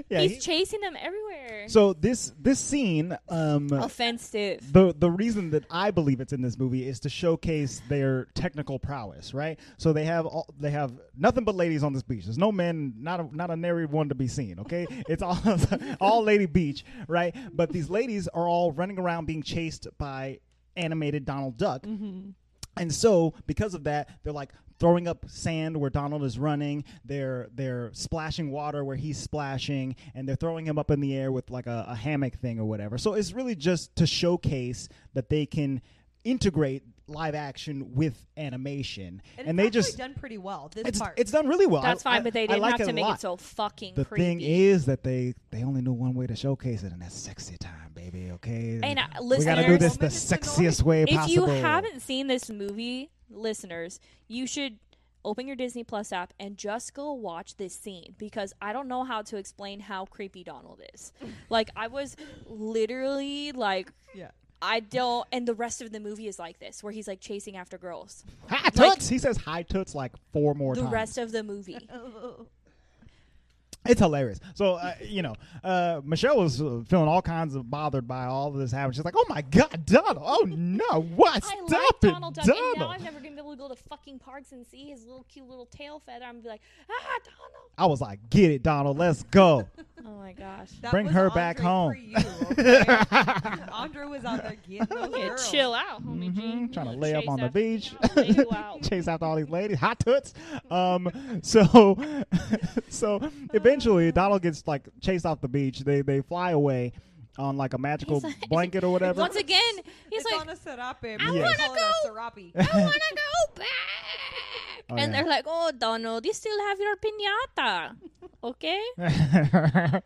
S2: yeah,
S3: He's
S2: he-
S3: chasing them everywhere.
S2: so this this scene. Um,
S3: Offensive.
S2: the the reason that I believe it's in this movie is to showcase their technical prowess, right? So they have all, they have nothing but ladies on this beach. There's no men, not a, not a nary one to be seen. Okay, it's all all lady beach, right? But these ladies are all running around being chased by animated Donald Duck, and so, because of that, they're like throwing up sand where Donald is running. They're they're splashing water where he's splashing, and they're throwing him up in the air with like a, a hammock thing or whatever. So it's really just to showcase that they can integrate live action with animation, and,
S4: and, it's
S2: they
S4: actually
S2: just
S4: done pretty well. This
S2: it's,
S4: part.
S2: it's done really well.
S3: That's
S2: I-
S3: fine,
S2: I-
S3: but they
S2: I
S3: didn't
S2: like
S3: have
S2: a
S3: to make
S2: lot.
S3: it so fucking
S2: The
S3: creepy.
S2: thing is that they they only knew one way to showcase it, and that's sexy time, baby. Okay,
S3: And, uh,
S2: we gotta do this
S3: listeners-
S2: the
S4: Woman is annoying.
S2: sexiest way
S3: if
S2: possible.
S3: you haven't seen this movie, listeners, you should open your Disney Plus app and just go watch this scene because I don't know how to explain how creepy Donald is. like I was literally like
S4: yeah.
S3: I don't and the rest of the movie is like this where he's like chasing after girls.
S2: Hi toots. he says hi toots like four more
S3: the
S2: times.
S3: rest of the movie.
S2: it's hilarious. So uh, you know, uh, Michelle was uh, feeling all kinds of bothered by all of this happening. She's like, "Oh my God, Donald! Oh no, what?
S3: I
S2: Stop
S3: like
S2: it,
S3: Donald Duck and now
S2: Donald."
S3: I'm never gonna be able to go to fucking parks and see his little cute little tail feather. I'm gonna be like, ah Donald
S2: I was like, "Get it, Donald. Let's go."
S3: Oh my gosh.
S4: That
S2: Bring
S4: was
S2: her back home.
S4: Andre For you, okay? Andre was out there getting those
S3: Yeah,
S4: girls.
S3: chill out, homie G.
S2: Mhm,
S3: You
S2: Trying to
S3: know,
S2: lay up
S3: chase
S2: on the
S3: after me,
S2: beach,
S3: I'll lay you out.
S2: chase after all these ladies, hot toots. Um, so, so eventually Donald gets like chased off the beach. They they fly away on like a magical
S3: like-
S2: blanket or whatever.
S3: Once again, he's
S4: it's
S3: like,
S4: on a serape.
S2: wanna
S4: We're calling it a serape.
S3: I want to go back.
S2: Oh,
S3: and
S2: yeah.
S3: they're like, oh, Donald, you still have your pinata. Okay?
S4: I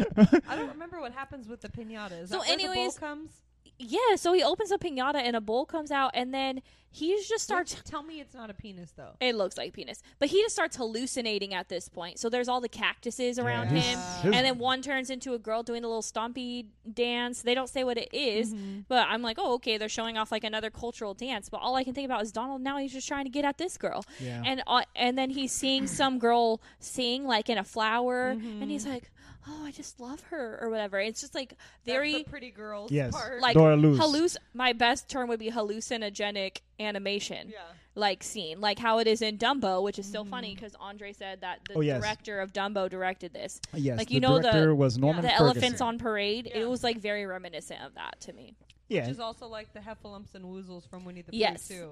S4: don't remember what happens with the pinata. Is
S3: So
S4: that where the bowl
S3: anyways-
S4: comes?
S3: Yeah, so he opens a pinata and a bowl comes out, and then he just starts.
S4: Tell me it's not a penis though.
S3: It looks like penis, but he just starts hallucinating at this point. So there's all the cactuses around
S2: his-
S3: him,
S2: his-
S3: and then one turns into a girl doing a little stompy dance. They don't say what it is,
S2: Mm-hmm.
S3: but I'm like, oh, okay, they're showing off like another cultural dance. But all I can think about is Donald. Now he's just trying to get at this girl,
S2: Yeah.
S3: and uh, and then he's seeing some girl sing like in a flower, and he's like, oh, I just love her or whatever. It's just like
S4: That's
S3: very
S4: the pretty girls
S2: Yes.
S4: part.
S3: like
S2: Dora Luz.
S3: halluc- My best term would be hallucinogenic animation
S4: yeah.
S3: like scene, like how it is in Dumbo, which is so funny 'cause funny because Andre said that the
S2: Oh, yes.
S3: director of Dumbo directed this.
S2: yes,
S3: like
S2: the
S3: you know
S2: director
S3: the
S2: was Norman
S3: the
S2: Ferguson.
S3: elephants on parade.
S4: Yeah.
S3: It was like very reminiscent of that to me.
S2: yeah,
S4: Which is also like the heffalumps and woozles from Winnie the Pooh
S3: yes,
S4: too.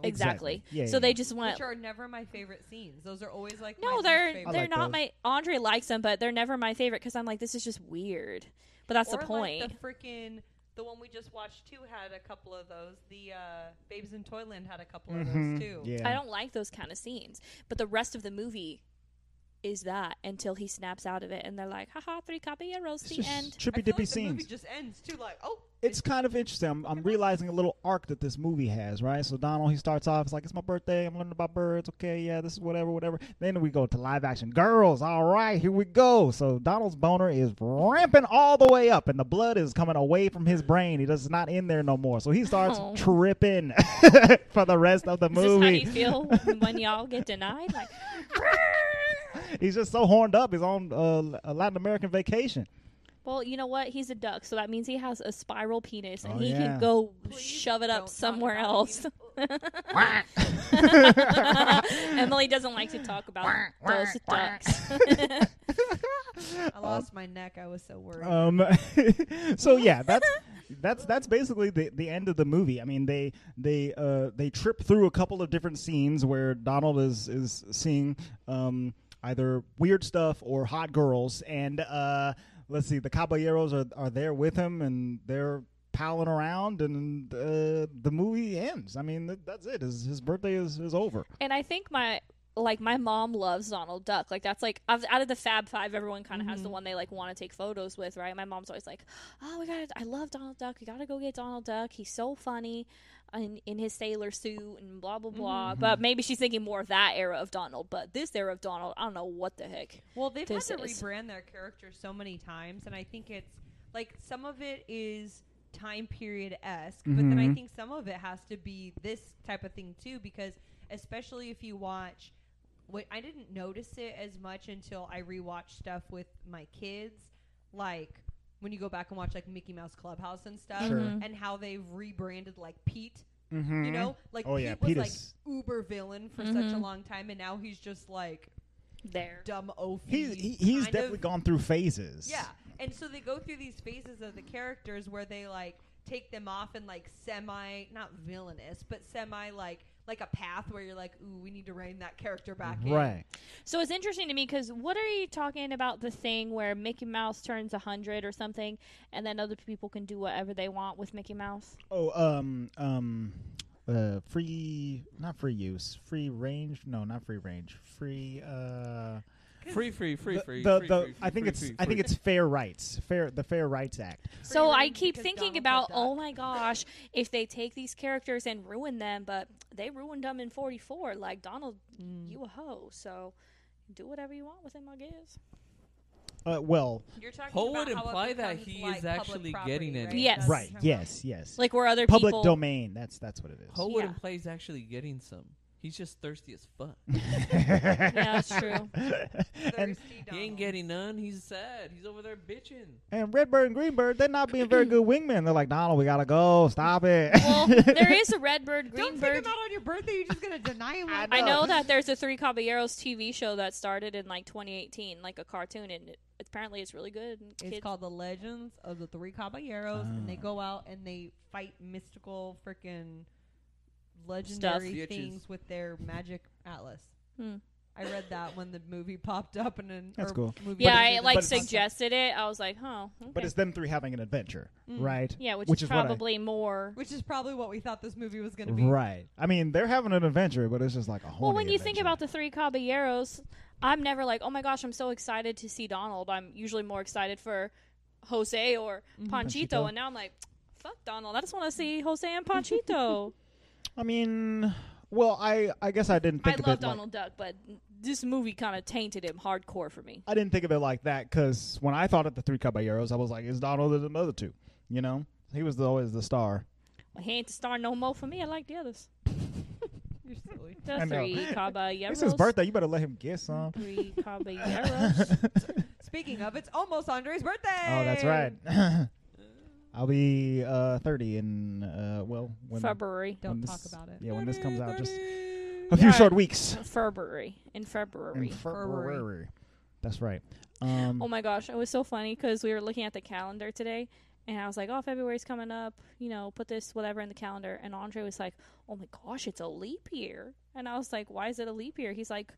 S2: Exactly.
S3: exactly.
S2: Yeah,
S3: so
S2: yeah.
S3: they just went.
S4: Which are never my favorite scenes. Those are always like my
S3: No,
S4: least
S3: they're
S4: favorite.
S3: they're
S2: like
S3: not
S2: those.
S3: my. Andre likes them, but they're never my favorite because I'm like this is just weird. But that's
S4: or
S3: the point.
S4: Like the freaking the one we just watched too had a couple of those. The uh, Babes in Toyland had a couple of
S2: Mhm,
S4: those too.
S2: Yeah.
S3: I don't like those kind of scenes. But the rest of the movie is that until he snaps out of it and they're like, haha, three caballeros,
S2: It's
S3: the
S2: just
S3: end.
S4: I
S2: trippy
S4: feel
S2: dippy
S4: like the
S2: scenes.
S4: movie just ends too. Like oh,
S2: it's kind of interesting. I'm, I'm realizing a little arc that this movie has, right? So Donald, he starts off, it's like, it's my birthday. I'm learning about birds. Okay, yeah, this is whatever, whatever. Then we go to live action. Girls, all right, here we go. So Donald's boner is ramping all the way up, and the blood is coming away from his brain. He does not in there no more. So he starts
S3: Oh.
S2: tripping for the rest of the
S3: Is this how
S2: movie.
S3: you feel when y'all get denied? Like,
S2: He's just so horned up. He's on uh, a Latin American vacation.
S3: well, you know what? He's a duck, so that means he has a spiral penis, and
S2: Oh,
S3: he
S2: yeah.
S3: can go
S4: please
S3: shove it
S4: don't
S3: up
S4: talk
S3: somewhere
S4: about
S3: else.
S4: it.
S3: Emily doesn't like to talk about those ducks.
S4: I lost my neck. I was so worried.
S2: Um, so yeah, that's that's that's basically the, the end of the movie. I mean, they they uh, they trip through a couple of different scenes where Donald is is seeing um, either weird stuff or hot girls, and uh, let's see, the caballeros are are there with him, and they're palling around, and uh, the movie ends. I mean, th- that's it. His, his birthday is, is over.
S3: and I think my like my mom loves Donald Duck. Like that's like of- out of the Fab Five, everyone kind of has the one they like want to take photos with, right? My mom's always like, "Oh, we got to I love Donald Duck. We got to go get Donald Duck. He's so funny." In, in his sailor suit and blah blah blah, but maybe she's thinking more of that era of Donald. But this era of Donald, I don't know what the heck.
S4: Well, they've had
S3: this
S4: to
S3: is.
S4: rebrand their character so many times, and I think it's like some of it is time period esque, but then I
S2: Mhm.
S4: think some of it has to be this type of thing too, because especially if you watch. What I didn't notice it as much until I rewatched stuff with my kids, like when you go back and watch like Mickey Mouse Clubhouse and stuff,
S2: Sure.
S3: Mhm.
S4: and how they've rebranded like Pete
S2: Mm-hmm.
S4: you know like
S2: Oh,
S4: pete
S2: yeah,
S4: was
S2: Pete
S4: like
S2: is-
S4: uber villain for such a
S1: Mm-hmm.
S3: Mhm.
S4: long time and now he's just like
S3: There,
S4: dumb oafy
S2: He's, he, he's
S4: kind
S2: definitely
S4: of-
S2: gone through phases.
S4: yeah and so they go through these phases of the characters where they like take them off and like semi not villainous but semi like like a path where you're like ooh we need to rein that character back in
S2: Right.
S3: So it's interesting to me because what are you talking about the thing where Mickey Mouse turns 100 or something and then other people can do whatever they want with Mickey Mouse?
S2: Oh, um, um, uh, free, not free use, free range. No, not free range. Free. Uh,
S1: Free, free, free,
S2: the,
S1: free.
S2: the,
S1: free,
S2: the-
S1: free, free,
S2: I think
S1: free,
S2: it's
S1: free,
S2: I think
S1: free.
S2: it's fair rights. Fair the Fair Rights Act.
S3: So I
S4: range
S3: keep
S4: because
S3: thinking about,
S4: Donald the
S3: oh
S4: Duck.
S3: my gosh, if they take these characters and ruin them, but they ruined them in 44. Like, Donald, you a hoe. So do whatever you want with him, I guess.
S2: Uh, well,
S4: you're talking
S1: Ho
S4: about
S1: would
S4: how it
S1: imply that
S4: becomes,
S1: he is
S4: like, public
S1: actually
S4: property,
S1: getting it.
S4: right?
S3: Yes.
S4: That's what
S2: right.
S4: you're talking
S2: Yes. Yes.
S3: Like, where other
S2: Public
S3: people.
S2: domain. That's that's what it is.
S1: Howard
S3: Yeah.
S1: and Play's actually getting some. He's just thirsty as fuck.
S2: yeah,
S3: that's true.
S4: about.
S2: and
S4: Thirsty
S1: He ain't
S4: Donald.
S1: getting none. He's sad. He's over there bitching.
S2: and Redbird and Greenbird, they're not being very good wingmen. They're like, Donald, we gotta go. Stop it.
S3: Well, there is a Redbird,
S4: don't take him
S3: Greenbird.
S4: out on your birthday you're just gonna deny him like
S3: I
S2: No.
S3: know that there's a Three Caballeros TV show that started in like 2018, like a cartoon, and it, apparently it's really good. And
S4: It's
S3: kids-
S4: called The Legends of the Three Caballeros, and
S2: Ah.
S4: they go out and they fight mystical, freaking legendary
S1: Bitches.
S4: things with their magic atlas.
S3: Hmm.
S4: I read that when the movie popped up, and then
S2: That's
S4: or
S2: cool.
S4: Movie
S3: yeah,
S2: But
S3: I
S2: it's-
S3: like
S2: but it's-
S3: suggested it. I was like, huh. Okay.
S2: But it's them three having an adventure,
S4: Mm.
S2: right?
S3: yeah, which,
S2: which
S3: is
S2: is what I-
S3: probably more.
S4: which is probably what we thought this movie was going to be.
S2: Right. I mean, they're having an adventure, but it's just like a whole.
S3: Well, when you think about the Three Caballeros, I'm never like, oh my gosh, I'm so excited to see Donald. I'm usually more excited for Jose or Panchito,
S2: Panchito. Mm-hmm.
S3: and now I'm like, fuck Donald. I just want to see Jose and Panchito.
S2: I mean, well, I I guess I didn't
S3: I
S2: think of
S3: love
S2: it like-
S3: Donald Duck, but this movie kind of tainted him hardcore for me.
S2: I didn't think of it like that because when I thought of the three caballeros, I was like, "Is Donald in the other two? You know, he was the, always the star.
S3: He ain't the star no more for me. I like the others.
S4: You're silly.
S3: The
S2: I know.
S3: Three Caballeros.
S2: It's his birthday. You better let him get some.
S3: Three Caballeros.
S2: oh,
S4: Speaking of, it's almost Andre's birthday.
S2: that's right. I'll be uh, thirty in uh, well when
S3: February.
S4: Don't
S2: When
S4: talk
S2: this-
S4: about it.
S2: yeah when this comes out just a
S3: All
S2: few
S3: right.
S2: short weeks
S3: February. In
S2: in
S3: February.
S4: February.
S2: February. That's right. Um,
S3: Oh my gosh, it was so funny because we were looking at the calendar today, and I was like, "Oh, February's coming up. You know, put this whatever in the calendar." And Andre was like, "Oh my gosh, it's a leap year," and I was like, "Why is it a leap year?" He's like,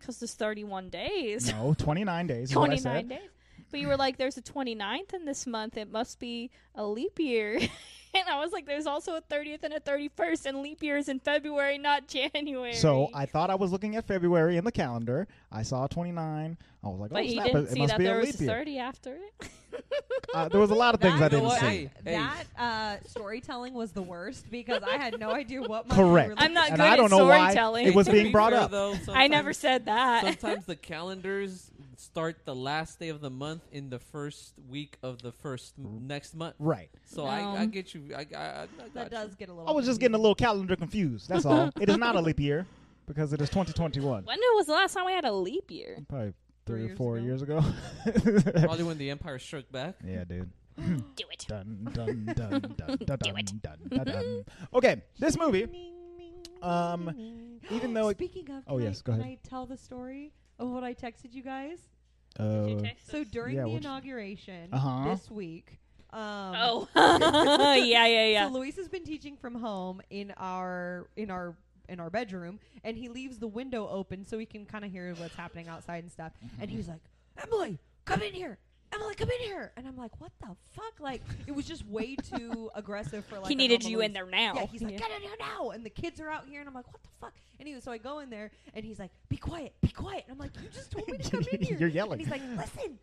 S3: "Cause there's 31 days,
S2: no, twenty nine days. is what I
S3: 29
S2: said.
S3: days." But you were like, "There's a 29th in this month. It must be a leap year." and I was like, "There's also a 30th and a 31st, and leap years in February, not January."
S2: So I thought I was looking at February in the calendar. I saw 29. I was like,
S3: But
S2: oh,
S3: he
S2: snap,
S3: didn't
S2: it, it
S3: see
S2: must
S3: that
S2: be
S3: there
S2: a
S3: was
S2: leap
S3: a
S2: year.
S3: 30 after it.
S2: Uh, there was a lot of things I
S4: That-
S1: You know what?
S2: didn't see.
S1: Hey, hey.
S4: That uh, storytelling was the worst because I had no idea what. month we were
S2: Correct.
S4: looking
S3: I'm not
S2: and
S3: good
S2: I don't
S3: at
S2: know why
S3: storytelling.
S2: it was
S1: to
S2: being
S1: be
S2: brought
S1: fair,
S2: up.
S1: Though,
S3: I never
S1: sometimes-
S3: said that.
S1: Sometimes the calendars start the last day of the month in the first week of the first m- next month.
S2: Right.
S1: So I, I
S3: Um,
S1: get you. I, I, I, I got
S4: That does
S1: You.
S4: get a little.
S2: I was just getting a little calendar confused. That's all. it is not a leap year because it is 2021.
S3: When was the last time we had a leap year?
S2: Probably three,
S4: Three
S2: or
S4: years
S2: four
S4: ago.
S2: years ago.
S1: Probably when the Empire struck back.
S2: yeah, dude.
S3: Do it.
S2: Dun, dun, dun, dun, dun, dun, dun, dun, dun. Okay, this movie. Um, even though it-
S4: speaking of,
S2: Oh,
S4: can
S2: yes,
S4: I,
S2: go
S4: can
S2: ahead.
S4: I tell the story of what I texted you guys?
S3: Did you
S2: Uh,
S3: text
S4: So
S3: us?
S4: during
S2: Yeah,
S4: the
S2: what's-
S4: inauguration
S2: Uh-huh.
S4: this week, um,
S3: oh yeah yeah yeah.
S4: So Luis has been teaching from home in our in our in our bedroom, and he leaves the window open so he can kind of hear what's happening outside and stuff.
S2: Mm-hmm.
S4: And he's like, Emily, come in here. Emily, come in here. And I'm like, what the fuck? Like, it was just way too aggressive for like.
S3: he
S4: a
S3: needed
S4: normal
S3: you in
S4: Luis.
S3: there now.
S4: Yeah, he's like,
S3: Yeah.
S4: get in here now. And the kids are out here. And I'm like, what the fuck? And he was, so I go in there and he's like, be quiet, be quiet. And I'm like, you just told me to come in here.
S2: You're yelling.
S4: And he's like, listen,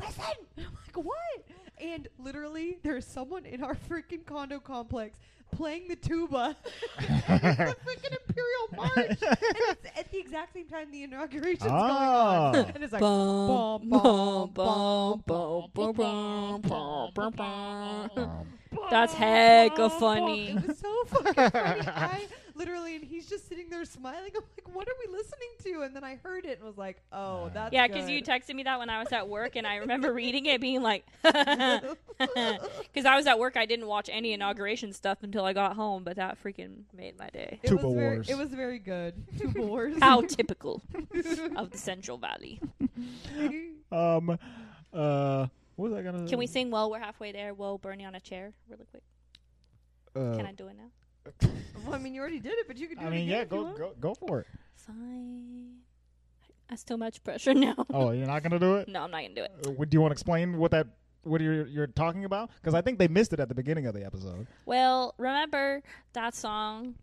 S4: listen. And I'm like, what? And literally, there's someone in our freaking condo complex playing the tuba. It's the freaking Imperial March. and it's at the exact same time the inauguration's going
S2: Oh.
S4: on. And it's like,
S3: Bum,
S4: bum, bum,
S3: bum,
S4: bum,
S3: bum, bum, bum, bum, bum, bum.
S2: um,
S3: That's
S4: "Bah,
S3: hecka
S4: bah,
S3: funny.
S4: bah." It was so fucking funny. I literally, and he's just sitting there smiling. I'm like, what are we listening to? And then I heard it and was like, oh, that's
S3: Yeah, because you
S4: good.
S3: texted me that when I was at work, and I remember reading it, being like, because I was at work, I didn't watch any inauguration stuff until I got home, but that freaking made my day.
S4: It
S2: Tuba
S4: was very-
S2: Wars.
S4: It was very good. Tuba Wars.
S3: How typical of the Central Valley.
S2: um, uh, what was I gonna?
S3: Can we sing? Well, we're halfway there. Whoa, Bernie on a chair, really quick.
S2: Uh,
S3: Can I do it now?
S4: Well, I mean, you already did it, but you could do
S2: I
S4: it
S2: mean,
S4: again
S2: yeah,
S4: if you
S2: go
S4: want.
S2: go go for it.
S3: Fine. That's too much pressure now.
S2: Oh, you're not gonna do it.
S3: No, I'm not gonna do it.
S2: Uh, what, do you want to explain what that what you're you're talking about? Because I think they missed it at the beginning of the episode.
S3: Well, remember that song,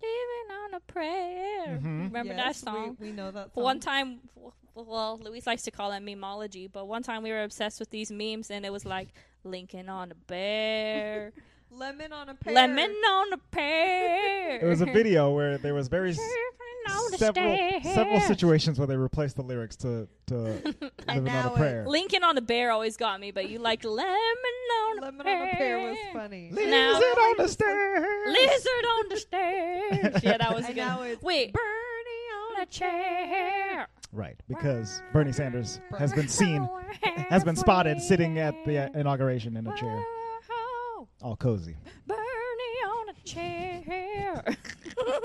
S3: "Living on a Prayer."
S2: Mhm.
S3: Remember that
S4: Yes, we-
S3: song?
S4: We, know that song.
S3: One time, w- well, Luis likes to call it memeology, but one time we were obsessed with these memes, and it was like Lincoln on a bear,
S4: Lemon on a pear.
S3: lemon on a pear.
S2: It was a video where there was very s-
S3: Surfing on the
S2: several several
S3: stairs.
S2: situations where they replaced the lyrics to to living on
S4: now
S2: a
S4: it-
S2: prayer.
S3: Lincoln on a bear always got me, but you like lemon on
S4: Lemon on a pear was funny.
S2: Lizard
S3: now-
S2: on the stairs.
S3: Lizard on the stairs. Yeah, that was
S4: And
S3: good.
S4: now it's
S3: Wait,
S4: Bernie
S3: on a chair.
S2: Right, because Bernie Sanders has been seen,
S3: Somewhere
S2: has been
S3: for
S2: spotted
S3: me.
S2: sitting at the uh, inauguration in a chair,
S3: Oh,
S2: all cozy.
S3: Bernie on a chair.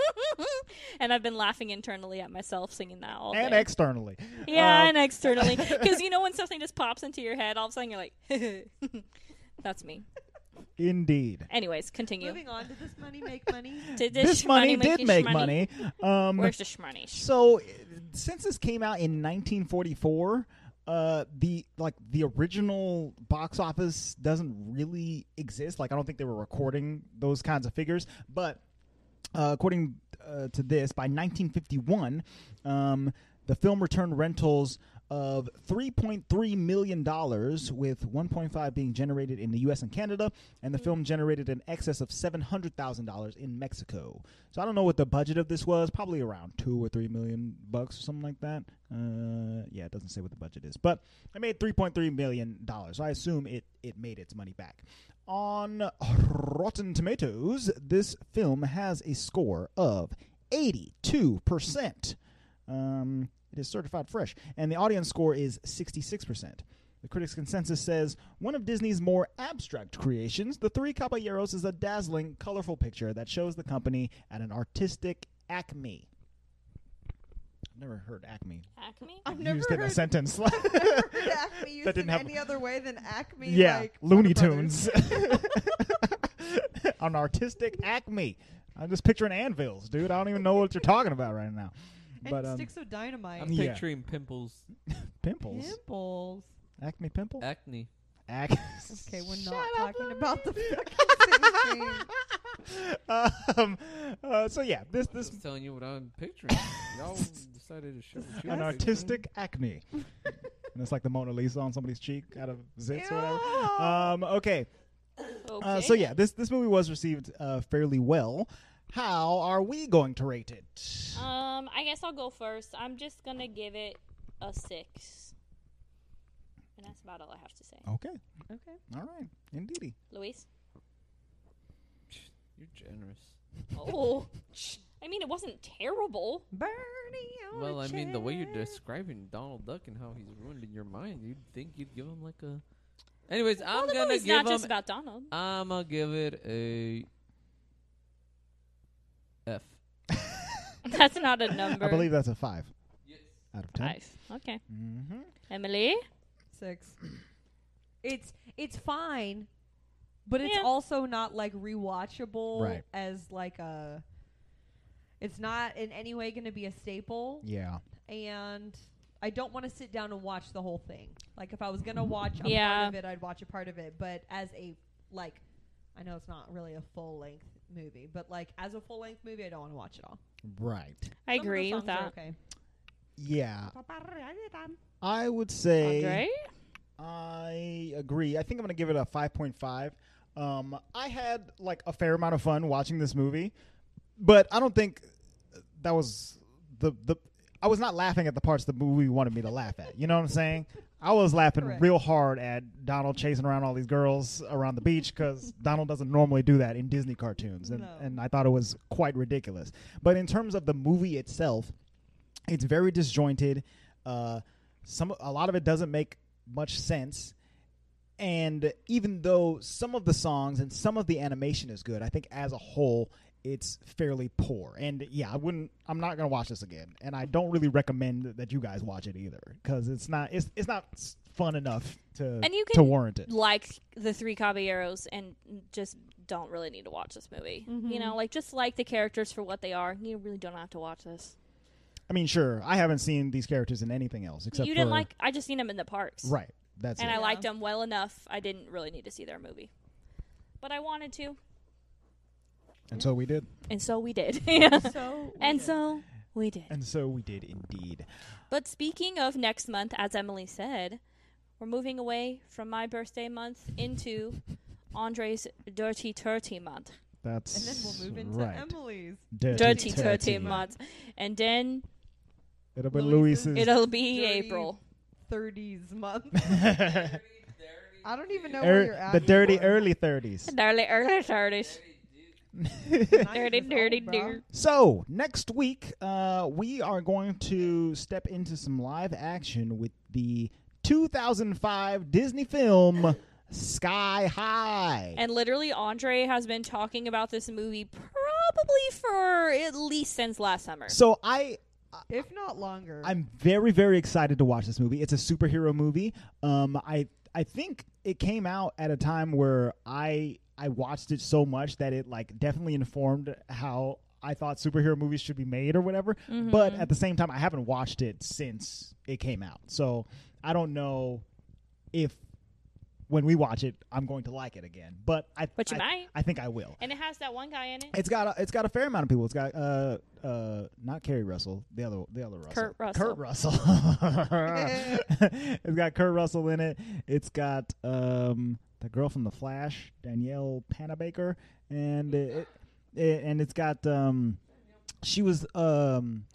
S3: and I've been laughing internally at myself singing that all
S2: And
S3: day.
S2: externally.
S3: yeah,
S2: Um,
S3: and externally. Because you know when something just pops into your head, all of a sudden you're like, that's me.
S2: Indeed.
S3: Anyways, continue.
S4: Moving on to this money make money.
S3: Did
S2: This,
S3: shmoney
S2: money
S3: make
S2: did
S3: you
S2: make
S3: shmoney?
S2: money. Um,
S3: Where's the shmoney?
S2: So, uh, since this came out in 1944, uh, the like the original box office doesn't really exist. Like, I don't think they were recording those kinds of figures. But uh, according uh, to this, by 1951, um, the film returned rentals of 3.3 million dollars, with 1.5 being generated in the U.S. and Canada, and the film generated an excess of 700 thousand dollars in Mexico. So I don't know what the budget of this was. Probably around two or three million bucks or something like that. Uh, yeah, it doesn't say what the budget is, but it made 3.3 million dollars. So I assume it it made its money back. On Rotten Tomatoes, this film has a score of 82%. Um, it is certified fresh, and the audience score is 66%. The critics' consensus says one of Disney's more abstract creations, The Three Caballeros is a dazzling, colorful picture that shows the company at an artistic acme. I've never heard acme
S3: Acme?
S4: I've never
S2: used in a
S4: heard-
S2: sentence.
S4: Never heard Acme used
S2: That didn't
S4: in
S2: happen.
S4: any other way than Acme.
S2: yeah,
S4: like,
S2: Looney
S4: Warner Brothers.
S2: Tunes. An artistic acme. I'm just picturing anvils, dude. I don't even know what you're talking about right now.
S4: And
S2: But um,
S4: sticks of dynamite.
S1: I'm
S2: Yeah.
S1: picturing pimples,
S2: pimples,
S4: Pimples.
S2: acme pimple,
S1: acne.
S2: Ac-
S4: Okay, we're
S2: Shut
S4: not
S2: up,
S4: talking about the
S2: Louise.
S4: fucking same thing.
S2: um, uh, so yeah, this
S1: I'm
S2: this
S1: just telling you what I'm picturing. Y'all decided to show what you
S2: an
S1: were
S2: artistic acne, and it's like the Mona Lisa on somebody's cheek out of zits or whatever.
S4: Ew.
S2: Um, okay,
S3: Okay.
S2: Uh, so yeah, this this movie was received uh, fairly well. How are we going to rate it?
S3: Um, I guess I'll go first. I'm just gonna give it a six, and that's about all I have to say.
S2: okay,
S4: Okay.
S2: all right, indeedy.
S3: Luis,
S1: thinking. You're generous.
S3: oh, I mean it wasn't terrible.
S4: Bernie. on
S1: Well,
S4: a
S1: I mean, the way you're
S4: chair.
S1: describing Donald Duck and how he's ruined in your mind, you'd think you'd give him like a. Anyways,
S3: Well,
S1: I'm
S3: the
S1: gonna
S3: movie's
S1: give
S3: not just
S1: him.
S3: about Donald.
S1: I'm gonna give it a F.
S3: That's not a number.
S2: I believe that's a five
S1: Yes.
S2: out of 10
S3: five. Okay,
S2: Mm-hmm.
S3: Emily.
S4: Six. It's it's fine, but it's
S3: Yeah.
S4: also not like rewatchable
S2: Right.
S4: as like a. It's not in any way going to be a staple,
S2: Yeah.
S4: and I don't want to sit down and watch the whole thing. Like if I was going to watch a
S3: Yeah.
S4: part of it, I'd watch a part of it. But as a like, I know it's not really a full length movie, but like as a full length movie, I don't want to watch it all.
S2: Right.
S3: I
S4: Some of the
S3: agree with
S4: songs are
S3: that.
S4: Okay.
S2: Yeah. I would say
S3: Andre.
S2: I agree. I think I'm going to give it a 5.5. Um, I had like a fair amount of fun watching this movie, but I don't think that was the the. I was not laughing at the parts the movie wanted me to laugh at. You know what I'm saying? I was laughing
S4: Correct.
S2: real hard at Donald chasing around all these girls around the beach because Donald doesn't normally do that in Disney cartoons, and,
S4: No.
S2: and I thought it was quite ridiculous. But in terms of the movie itself, it's very disjointed. Uh, some a lot of it doesn't make much sense. And even though some of the songs and some of the animation is good, I think as a whole it's fairly poor. And yeah, I wouldn't. I'm not gonna watch this again, and I don't really recommend that you guys watch it either because it's not. It's it's not s- fun enough to
S3: And you
S2: to
S3: can
S2: warrant it.
S3: Like the Three Caballeros, and just don't really need to watch this movie. You know, like just like the characters for what they are. You really don't have to watch this.
S2: I mean, sure, I haven't seen these characters in anything else except
S3: you didn't
S2: for-
S3: like. I just seen them in the parks.
S2: right. That's
S3: and
S2: it.
S3: I liked
S4: Yeah.
S3: them well enough. I didn't really need to see their movie, but I wanted to,
S2: and so we did.
S3: and so we did. Yeah.
S4: So
S3: and so we did.
S2: And so we did indeed.
S3: But speaking of next month, as Emily said, we're moving away from my birthday month into Andre's dirty turty month,
S2: That's
S4: and then we'll move into
S2: right.
S4: Emily's.
S3: dirty
S4: Dirty
S3: turty
S4: Turty
S3: month, and then
S2: It'll be
S4: Louise's-
S2: Luis's.
S3: it'll be
S4: Dirty
S3: April.
S4: 30s month.
S2: Er-
S4: I don't even know where you're at.
S2: the dirty
S4: anymore.
S2: early 30s.
S3: Darling, early turtish.
S4: Not
S3: Dirty,
S4: even
S3: dirty,
S4: old, bro.
S3: dirty.
S2: so, next week, uh, we are going to step into some live action with the 2005 Disney film Sky High.
S3: And literally, Andre has been talking about this movie probably for at least since last summer.
S2: so, I
S4: If not longer.
S2: I'm very, very excited to watch this movie. It's a superhero movie. Um, I I think it came out at a time where I I watched it so much that it like definitely informed how I thought superhero movies should be made or whatever.
S3: Mm-hmm.
S2: But at the same time, I haven't watched it since it came out, so I don't know if when we watch it, I'm going to like it again. But I
S3: But
S2: I,
S3: you might.
S2: I think I will.
S3: And it has that one guy in it.
S2: It's got a, it's got a fair amount of people. It's got uh uh not Kerry Russell, the other the other Russell,
S3: Kurt Russell.
S2: Kurt Russell. it's got Kurt Russell in it. It's got um the girl from The Flash, Danielle Panabaker, and it, it and it's got um she was um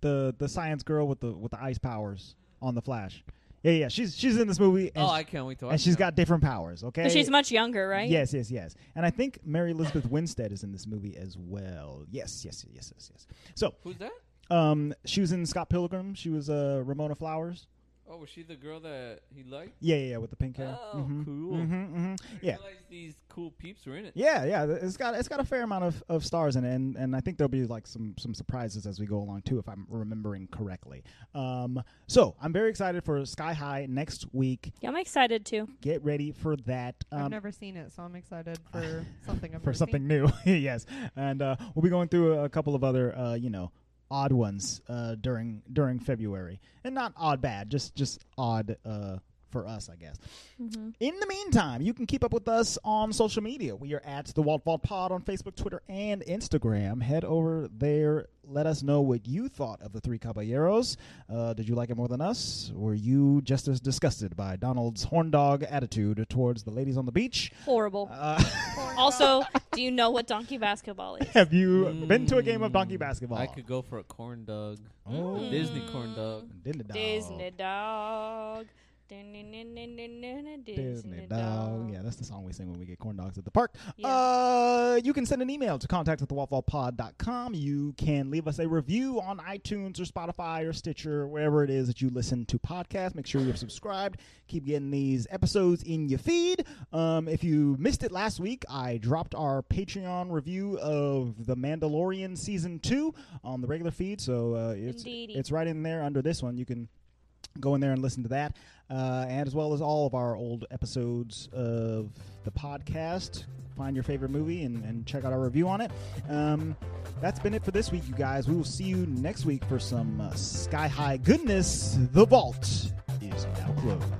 S2: the the science girl with the with the ice powers on The Flash. Yeah, yeah, she's she's in this movie. And
S1: Oh,
S2: she-
S1: I can't wait to watch.
S2: and she's
S1: that.
S2: got different powers. Okay,
S3: But she's much younger, right?
S2: Yes, yes, yes. And I think Mary Elizabeth Winstead is in this movie as well. Yes, yes, yes, yes, yes. So,
S1: Who's that?
S2: um, she was in Scott Pilgrim. She was uh, Ramona Flowers.
S1: Oh, was she the girl that he liked?
S2: Yeah, yeah, yeah, with the pink hair.
S1: Oh,
S2: Mhm.
S1: cool.
S2: Mhm,
S1: I
S2: mhm.
S1: didn't
S2: Yeah,
S1: realize these cool peeps were in it.
S2: yeah, yeah. th- It's got it's got a fair amount of, of stars in it, and, and I think there'll be like some some surprises as we go along too, if I'm remembering correctly. Um, so I'm very excited for Sky High next week.
S3: Yeah, I'm excited too.
S2: Get ready for that.
S4: I've
S2: Um,
S4: never seen it, so I'm excited for something. I've
S2: for
S4: never
S2: something
S4: Seen.
S2: new. yes, and uh, we'll be going through a couple of other, uh, you know, odd ones uh, during during February, and not odd bad, just just odd uh, for us, I guess.
S4: Mm-hmm.
S2: In the meantime, you can keep up with us on social media. We are at the Walt Vault Pod on Facebook, Twitter, and Instagram. Head over there. Let us know what you thought of the Three Caballeros. Uh, did you like it more than us? Were you just as disgusted by Donald's horn dog attitude towards the ladies on the beach?
S3: Horrible.
S2: Uh,
S3: also, do you know what donkey basketball is?
S2: Have you been to a game of donkey
S1: Mm,
S2: basketball?
S1: I could go for a corn dog.
S2: Oh.
S1: Disney corn dog.
S2: Disney. dog.
S3: Disney dog. Disney
S2: Disney dog. Yeah, that's the song we sing when we get corn dogs at the park.
S3: Yeah.
S2: Uh, you can send an email to contact at thewallfallpod.com. You can leave us a review on iTunes or Spotify or Stitcher, wherever it is that you listen to podcasts. Make sure you're subscribed. Keep getting these episodes in your feed. Um, if you missed it last week, I dropped our Patreon review of The Mandalorian Season 2 on the regular feed. So uh, it's,
S3: Indeedy.
S2: it's right in there under this one. You can go in there and listen to that, uh, and as well as all of our old episodes of the podcast. Find your favorite movie and, and check out our review on it. Um, that's been it for this week, you guys. We will see you next week for some uh, sky high goodness. The vault is now closed.